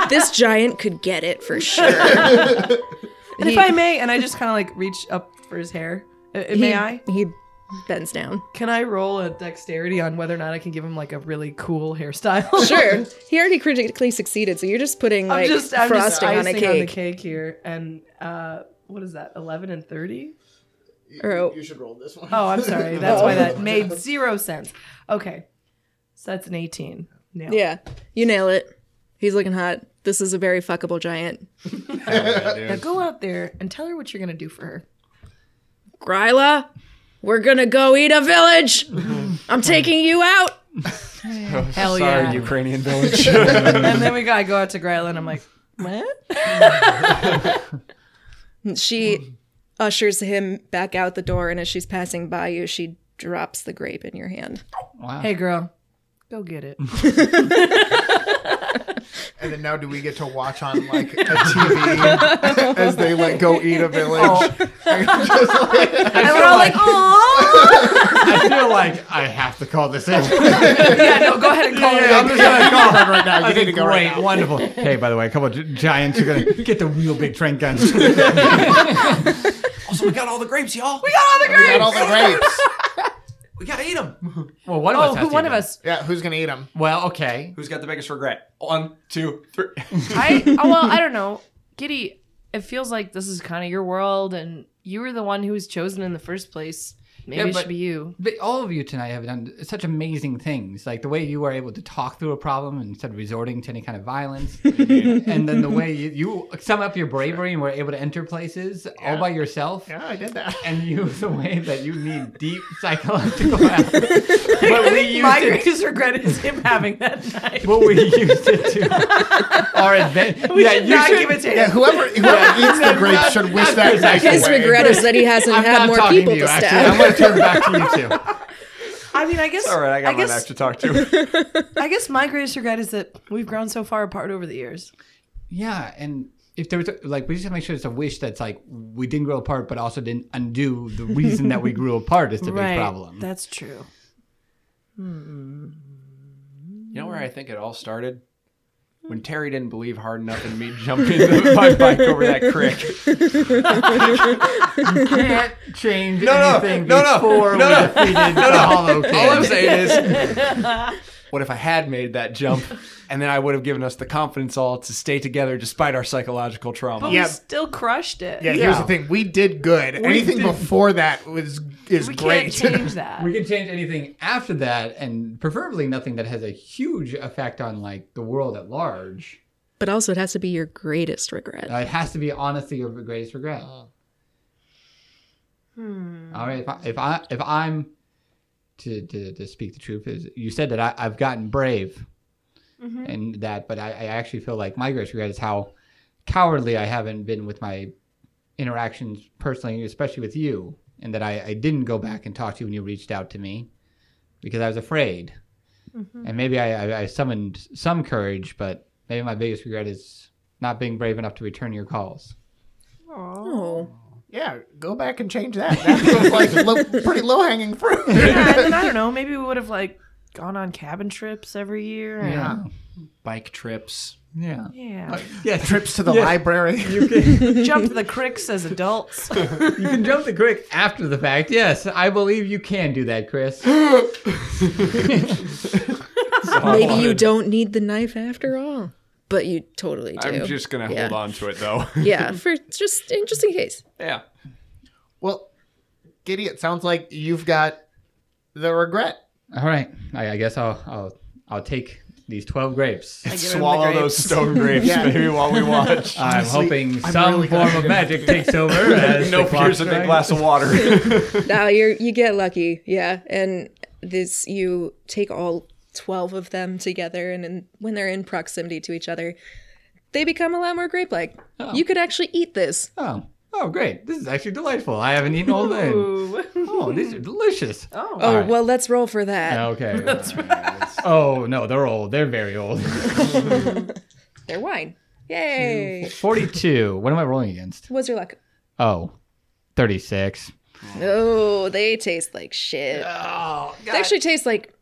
Speaker 5: this giant could get it for sure.
Speaker 6: and if I may, and I just kind of like reach up for his hair. Uh, uh, may
Speaker 5: He-
Speaker 6: I?
Speaker 5: He bends down.
Speaker 6: Can I roll a dexterity on whether or not I can give him like a really cool hairstyle?
Speaker 5: Sure. he already critically succeeded, so you're just putting
Speaker 6: <laughs> I'm
Speaker 5: like
Speaker 6: just I'm just
Speaker 5: frosting
Speaker 6: icing
Speaker 5: on a
Speaker 6: on the
Speaker 5: cake.
Speaker 6: cake here, and uh, what is that? Eleven and thirty?
Speaker 5: Or-
Speaker 7: should roll this one.
Speaker 6: Oh, I'm
Speaker 5: <laughs>
Speaker 6: sorry. That's why that made zero sense. Okay, so that's an eighteen. Now.
Speaker 5: yeah. You nail it. He's looking hot. This is a very fuckable giant.
Speaker 6: Now go out there and tell her what you're gonna do for her.
Speaker 3: Gryla, we're gonna go eat a village.
Speaker 2: Mm-hmm.
Speaker 3: I'm taking you out.
Speaker 6: Hell
Speaker 4: Sorry,
Speaker 6: yeah! <laughs>
Speaker 4: Ukrainian village.
Speaker 6: and then we got I go out to Gryla, and I'm like, what?
Speaker 5: She ushers him back out the door, and as she's passing by you, she drops the grape in your hand.
Speaker 2: wow.
Speaker 6: Hey, girl, go get it.
Speaker 7: And then now, do we get to watch on like a TV <laughs> as they like go eat a village? Just like-
Speaker 6: And we're all like, oh,
Speaker 2: I feel like I have to call this in.
Speaker 6: yeah, no, go ahead and call it.
Speaker 2: I'm just gonna call him right now.
Speaker 7: You need to go right
Speaker 2: <laughs> Great,
Speaker 7: now.
Speaker 2: wonderful. Hey, by the way, a couple of gi- giants are gonna <laughs> get the real big train <laughs> guns. Wait,
Speaker 4: also, we got all the grapes, y'all. We,
Speaker 7: we got all the grapes.
Speaker 4: gotta eat them.
Speaker 2: well, one of
Speaker 6: Oh,
Speaker 2: us.
Speaker 6: who one of us?
Speaker 7: Yeah, who's gonna eat them?
Speaker 2: Well, okay.
Speaker 4: <laughs> Who's got the biggest regret? One, two, three.
Speaker 8: I oh, well, I don't know, Giddy. It feels like this is kind of your world, and you were the one who was chosen in the first place. Maybe
Speaker 2: Yeah,
Speaker 8: it
Speaker 2: but-
Speaker 8: should be you.
Speaker 2: But all of you tonight have done such amazing things. Like the way you were able to talk through a problem instead of resorting to any kind of
Speaker 6: <laughs>
Speaker 2: violence, and then the way you, you sum up your bravery and were able to enter places all by yourself.
Speaker 7: Yeah, I did that.
Speaker 2: And you <laughs> the way that you need deep psychological
Speaker 6: <laughs>
Speaker 2: help. but we used
Speaker 6: My
Speaker 2: it
Speaker 6: greatest regret is him having that
Speaker 2: <laughs>
Speaker 6: night.
Speaker 2: what we used it to our advantage.
Speaker 6: <laughs> We should not give it to him.
Speaker 7: Yeah, whoever whoever eats the grapes should wish that nice
Speaker 5: His
Speaker 7: away.
Speaker 5: regret is that he hasn't
Speaker 2: I'm
Speaker 5: had
Speaker 2: not
Speaker 5: more
Speaker 2: talking
Speaker 5: people
Speaker 2: to
Speaker 5: to,
Speaker 2: you. actually,
Speaker 5: stab.
Speaker 2: I'm going to turn back to you two.
Speaker 6: I mean, I guess.
Speaker 4: All right, I got my
Speaker 6: guess,
Speaker 4: back to talk to.
Speaker 6: <laughs> I guess my greatest regret is that we've grown so far apart over the years.
Speaker 2: Yeah, and if there was a, like, we just have to make sure it's a wish that's like we didn't grow apart, but also didn't undo the reason that we grew apart is the big problem.
Speaker 6: That's true.
Speaker 4: You know where I think it all started? When Terry didn't believe hard enough in me
Speaker 8: <laughs>
Speaker 4: jumping the- my bike over that creek.
Speaker 2: can't
Speaker 4: <laughs>
Speaker 2: change
Speaker 4: No, no,
Speaker 2: anything
Speaker 4: no, no,
Speaker 2: before
Speaker 4: no,
Speaker 2: we
Speaker 4: no.
Speaker 2: defeated the Hollow Kid.
Speaker 4: All
Speaker 2: <laughs>
Speaker 4: I'm saying is, what if I had made that jump, and then I would have given us the confidence all to stay together despite our psychological trauma.
Speaker 6: But
Speaker 7: Yeah.
Speaker 6: we still crushed it.
Speaker 7: Yeah, here's the thing. We did good. Anything before that was is
Speaker 6: we
Speaker 7: great.
Speaker 6: can't change that.
Speaker 2: <laughs> we can change anything after that, and preferably nothing that has a huge effect on like the world at large.
Speaker 5: But also, it has to be your greatest regret.
Speaker 2: Uh, it has to be honestly your greatest regret. All right, if I, if I if I'm to, to to speak the truth, is you said that I, I've gotten brave, and that, but I, I actually feel like my greatest regret is how cowardly I haven't been with my interactions personally, especially with you, and that I, I didn't go back and talk to you when you reached out to me because I was afraid, and maybe I, I, I summoned some courage, but maybe my biggest regret is not being brave enough to return your calls.
Speaker 5: Oh,
Speaker 7: <laughs> Yeah, go back and change that. That feels like low, pretty low hanging fruit.
Speaker 11: Yeah, and then I don't know. Maybe we would have like gone on cabin trips every year. and-
Speaker 2: Yeah.
Speaker 4: Bike trips.
Speaker 2: Yeah. Uh,
Speaker 11: Yeah.
Speaker 2: Yeah.
Speaker 7: <laughs> Trips to the library.
Speaker 2: You can,
Speaker 11: Jumped the cricks as adults.
Speaker 2: you can jump the creek after the fact. Yes, I believe you can do that, <laughs> Chris.
Speaker 5: Maybe you don't need the knife after all, but you totally do.
Speaker 4: I'm just gonna
Speaker 5: Yeah.
Speaker 4: hold on to it though.
Speaker 5: yeah, for just in- just in case.
Speaker 4: <laughs> yeah.
Speaker 7: Well, Giddy, it sounds like you've got the regret.
Speaker 2: All right. I, I guess I'll I'll I'll take these twelve grapes.
Speaker 4: Swallow those stone grapes,
Speaker 7: Yeah.
Speaker 4: baby, while we watch.
Speaker 2: I'm
Speaker 7: Honestly,
Speaker 2: hoping
Speaker 7: I'm
Speaker 2: some
Speaker 7: really
Speaker 2: form of
Speaker 7: glad-
Speaker 2: magic takes over. <laughs> as
Speaker 4: no
Speaker 2: the clock
Speaker 4: fears of big
Speaker 2: strikes.
Speaker 4: glass of water.
Speaker 5: <laughs> Now you Oh, you get lucky, yeah. And this you take all twelve of them together, and in, when they're in proximity to each other, they become a lot more grape like. You could actually eat this.
Speaker 2: Oh. Oh, great. This is actually delightful. I haven't eaten all day. <laughs>
Speaker 6: <laughs>
Speaker 2: Oh, these are <laughs> delicious.
Speaker 5: Oh
Speaker 2: right.
Speaker 5: well, let's roll for that.
Speaker 2: Okay. <laughs> Oh, no, they're old. They're very old. <laughs>
Speaker 5: They're wine. Yay!
Speaker 2: 42. What am I rolling against?
Speaker 5: What's your luck?
Speaker 2: Oh, 36.
Speaker 5: Oh, they taste like shit.
Speaker 2: Oh,
Speaker 5: They actually taste like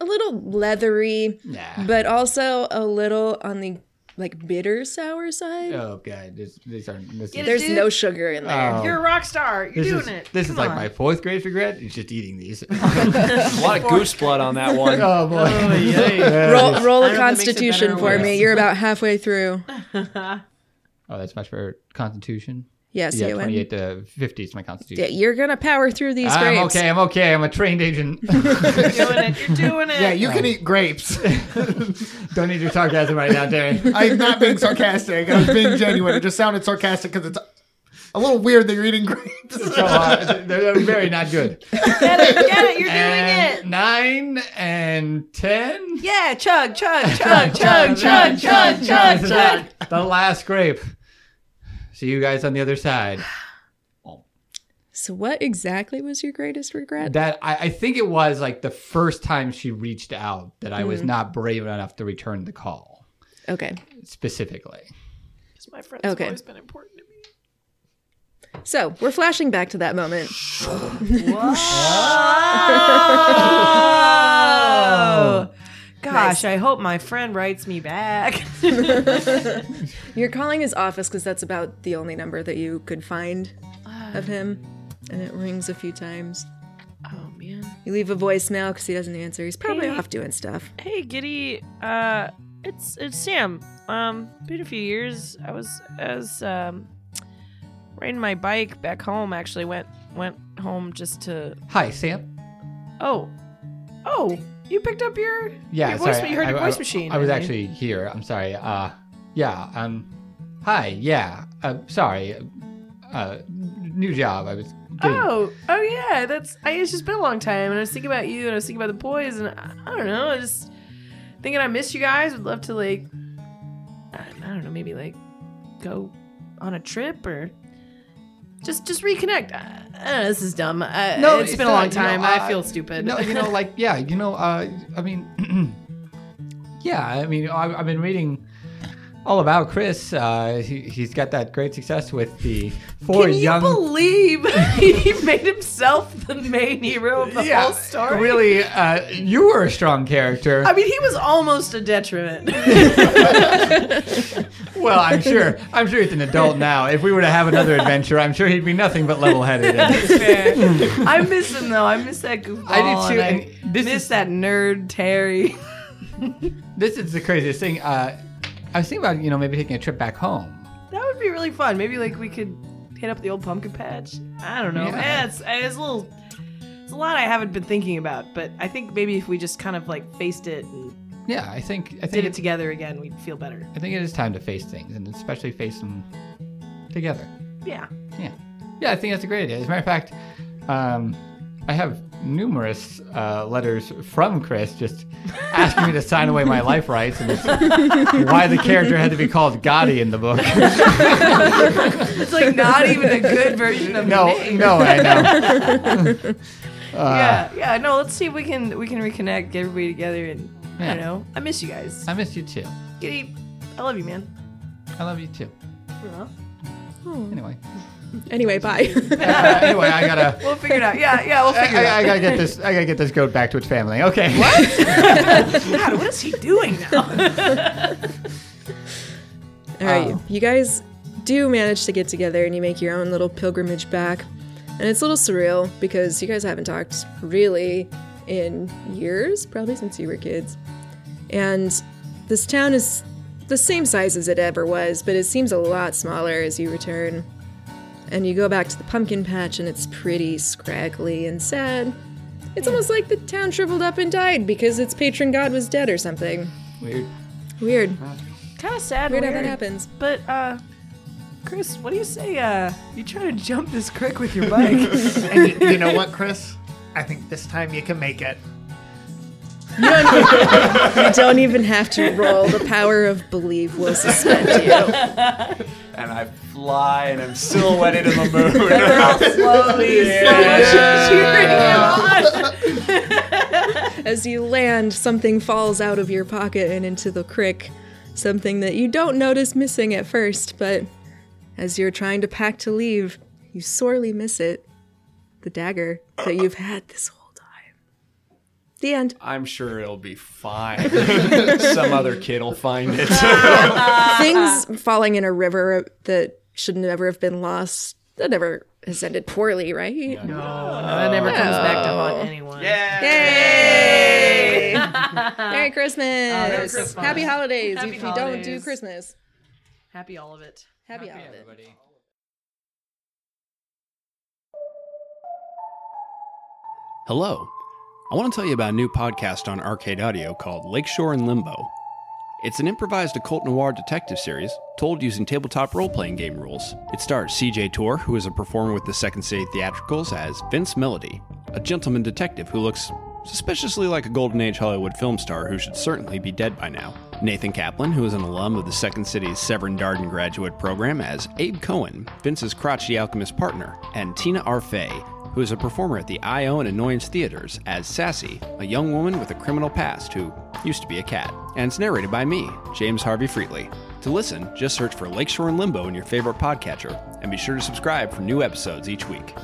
Speaker 5: a little leathery,
Speaker 2: Nah.
Speaker 5: but also a little on the like bitter sour side.
Speaker 2: Oh, God. This, these aren't. This is,
Speaker 5: There's no sugar in there.
Speaker 2: oh,
Speaker 11: You're a rock star. You're
Speaker 2: this
Speaker 11: doing
Speaker 2: is,
Speaker 11: it.
Speaker 2: This is
Speaker 11: Come
Speaker 2: like
Speaker 11: on.
Speaker 2: my fourth grade regret. It's just eating
Speaker 11: <laughs>
Speaker 2: these. <laughs>
Speaker 4: a lot of goose blood on that one.
Speaker 2: oh, boy.
Speaker 5: Roll, roll
Speaker 6: I
Speaker 5: a
Speaker 6: don't know if that makes it
Speaker 5: constitution
Speaker 6: better or
Speaker 5: for me.
Speaker 6: worse.
Speaker 5: You're
Speaker 6: <laughs>
Speaker 5: about halfway through.
Speaker 2: oh, that's much for Constitution.
Speaker 5: Yes,
Speaker 2: Yeah,
Speaker 5: you win.
Speaker 2: 28 to 50 is my Constitution.
Speaker 5: Yeah, you're gonna power through these
Speaker 2: I'm
Speaker 5: grapes.
Speaker 2: okay. I'm okay. I'm a trained agent.
Speaker 11: You're doing it. You're doing it.
Speaker 7: Yeah, you can eat grapes.
Speaker 2: Don't need your sarcasm right now, Darren.
Speaker 7: <laughs> I'm not being sarcastic. I was being genuine. It just sounded sarcastic because it's a little weird that you're eating grapes.
Speaker 2: So, uh, they're, they're very not good.
Speaker 11: Get it. Get it. You're
Speaker 2: And
Speaker 11: doing it.
Speaker 2: Nine and ten.
Speaker 11: Yeah. Chug. Chug. Chug. Chug. Chug.
Speaker 2: <laughs>
Speaker 11: Chug.
Speaker 2: Guys,
Speaker 11: Chug.
Speaker 2: is
Speaker 11: Chug.
Speaker 2: that The last grape. See you guys on the other side.
Speaker 5: So what exactly was your greatest regret?
Speaker 2: That I, I think it was like the first time she reached out that I was
Speaker 6: Mm-hmm.
Speaker 2: not brave enough to return the call
Speaker 5: okay.
Speaker 2: specifically.
Speaker 6: My friend's
Speaker 5: Okay.
Speaker 6: always been important to me.
Speaker 5: So we're flashing back to that moment.
Speaker 11: Oh. Gosh, I hope my friend writes me back.
Speaker 5: <laughs>
Speaker 11: <laughs>
Speaker 5: You're calling his office because that's about the only number that you could find of him, and it rings a few times.
Speaker 6: Oh man.
Speaker 5: You leave a voicemail because he doesn't answer. He's probably
Speaker 6: Hey.
Speaker 5: off doing stuff.
Speaker 6: Hey, Giddy. Uh, it's it's Sam. Um, been a few years. I was I was um riding my bike back home. Actually, went went home just to.
Speaker 2: Hi, Sam.
Speaker 6: Oh, oh, you picked up your
Speaker 2: Yeah,
Speaker 6: your
Speaker 2: sorry.
Speaker 6: voice. You heard
Speaker 2: I,
Speaker 6: your
Speaker 2: I-
Speaker 6: voice machine.
Speaker 2: I was
Speaker 6: mean.
Speaker 2: actually here. I'm sorry. Uh, yeah. Um, hi. Yeah. Uh, sorry. Uh, new job. I was. Getting,
Speaker 6: Oh, oh yeah. That's. I, it's just been a long time, and I was thinking about you, and I was thinking about the boys, and I, I don't know. I just thinking I miss you guys. Would love to like. I, I don't know. Maybe like go on a trip or just just reconnect. I, I don't know. This is dumb. I,
Speaker 2: No,
Speaker 6: no, it's
Speaker 2: it's
Speaker 6: been a
Speaker 2: not,
Speaker 6: long
Speaker 2: you know,
Speaker 6: time.
Speaker 2: I-
Speaker 6: I feel stupid.
Speaker 2: No, you
Speaker 6: <laughs>
Speaker 2: know, like yeah, you know, uh, I mean, <clears throat> yeah, I mean, I, I've been reading all about Chris. Uh, he, he's got that great success with the four
Speaker 6: Can you
Speaker 2: young.
Speaker 6: believe <laughs> he made himself the main hero of the
Speaker 2: yeah,
Speaker 6: whole story?
Speaker 2: really, uh, you were a strong character.
Speaker 6: I mean, he was almost a detriment. <laughs>
Speaker 2: well, I'm sure. I'm sure he's an adult now. If we were to have another adventure, I'm sure he'd be nothing but level-headed. And
Speaker 6: <laughs> Fair. I miss him though. I miss that goofball.
Speaker 2: I did too.
Speaker 6: and I
Speaker 2: And this
Speaker 6: miss
Speaker 2: is
Speaker 6: that nerd Terry.
Speaker 2: this is the craziest thing. Uh, I was thinking about you know maybe taking a trip back home.
Speaker 6: <laughs> That would be really fun. Maybe like we could hit up the old pumpkin patch. I don't know.
Speaker 2: Yeah.
Speaker 6: Eh, it's, eh, it's a little. It's a lot I haven't been thinking about, but I think maybe if we just kind of like faced it and
Speaker 2: Yeah, I think I think
Speaker 6: did it
Speaker 2: it's-
Speaker 6: together again, we'd feel better.
Speaker 2: I think it is time to face things, and especially face them together.
Speaker 6: Yeah.
Speaker 2: Yeah. Yeah, I think that's a great idea. As a matter of fact, um, I have numerous uh, letters from Chris just asking me to sign away my life rights and it's why the character had to be called Gotti in the book.
Speaker 6: It's like not even a good version <laughs> of
Speaker 2: no,
Speaker 6: the name.
Speaker 2: no, I know.
Speaker 6: yeah, yeah. No, let's see if we can we can reconnect, get everybody together, and I
Speaker 2: Yeah.
Speaker 6: don't know. I miss you guys.
Speaker 2: I miss you too.
Speaker 6: Giddy, I love you, man.
Speaker 2: I love you too. Anyway, <laughs>
Speaker 5: Anyway, bye.
Speaker 2: Uh, anyway, I gotta.
Speaker 6: We'll figure it out. Yeah, yeah, <laughs> we'll
Speaker 2: I,
Speaker 6: figure
Speaker 2: I-
Speaker 6: it out.
Speaker 2: I gotta get this. I gotta get this goat back to its family. Okay. What?
Speaker 6: God, what is he doing now?
Speaker 5: All right, you guys do manage to get together and you make your own little pilgrimage back. And it's a little surreal because you guys haven't talked really in years, probably since you were kids. And this town is the same size as it ever was, but it seems a lot smaller as you return. And you go back to the pumpkin patch and it's pretty scraggly and sad. It's almost like the town shriveled up and died because its patron god was dead or something.
Speaker 2: Weird.
Speaker 5: Weird.
Speaker 6: kind of sad.
Speaker 5: Weird how
Speaker 6: weird.
Speaker 5: that happens.
Speaker 6: But uh, Chris, what do you say? Uh, you try to jump this creek with <laughs> your bike.
Speaker 7: And you, you know what, Chris? I think this time you can make it.
Speaker 5: <laughs> You don't even have to roll. The power of belief will suspend you.
Speaker 12: And I fly and I'm silhouetted in the moon.
Speaker 6: Slowly,
Speaker 5: <laughs> As you land, something falls out of your pocket and into the crick. Something that you don't notice missing at first, but as you're trying to pack to leave, you sorely miss it. The dagger that you've had this whole time. The end.
Speaker 12: I'm sure it'll be
Speaker 4: <laughs>
Speaker 12: fine. Some other kid will find it.
Speaker 5: Things falling in a river that should never have been lost. That never has ended poorly, right? Oh.
Speaker 6: that never comes back to haunt anyone.
Speaker 5: Yay! <laughs> Oh, Merry Christmas.
Speaker 6: Christmas.
Speaker 5: Happy holidays.
Speaker 6: Happy
Speaker 5: if you don't do
Speaker 6: holidays.
Speaker 5: Christmas,
Speaker 6: Happy all of it.
Speaker 5: happy, holidays.
Speaker 4: Hello. I want to tell you about a new podcast on Arcade Audio called Lakeshore and Limbo. It's an improvised occult noir detective series told using tabletop role playing game rules. It stars CJ Tor, who is a performer with the Second City Theatricals, as Vince Melody, a gentleman detective who looks suspiciously like a Golden Age Hollywood film star who should certainly be dead by now. Nathan Kaplan, who is an alum of the Second City's Severn Darden graduate program, as Abe Cohen, Vince's crotchety alchemist partner, and Tina Arfey, who is a performer at the I Own Annoyance Theaters as Sassy, a young woman with a criminal past who used to be a cat. And it's narrated by me, James Harvey Freetley. To listen, just search for Lakeshore and Limbo in your favorite podcatcher, and be sure to subscribe for new episodes each week.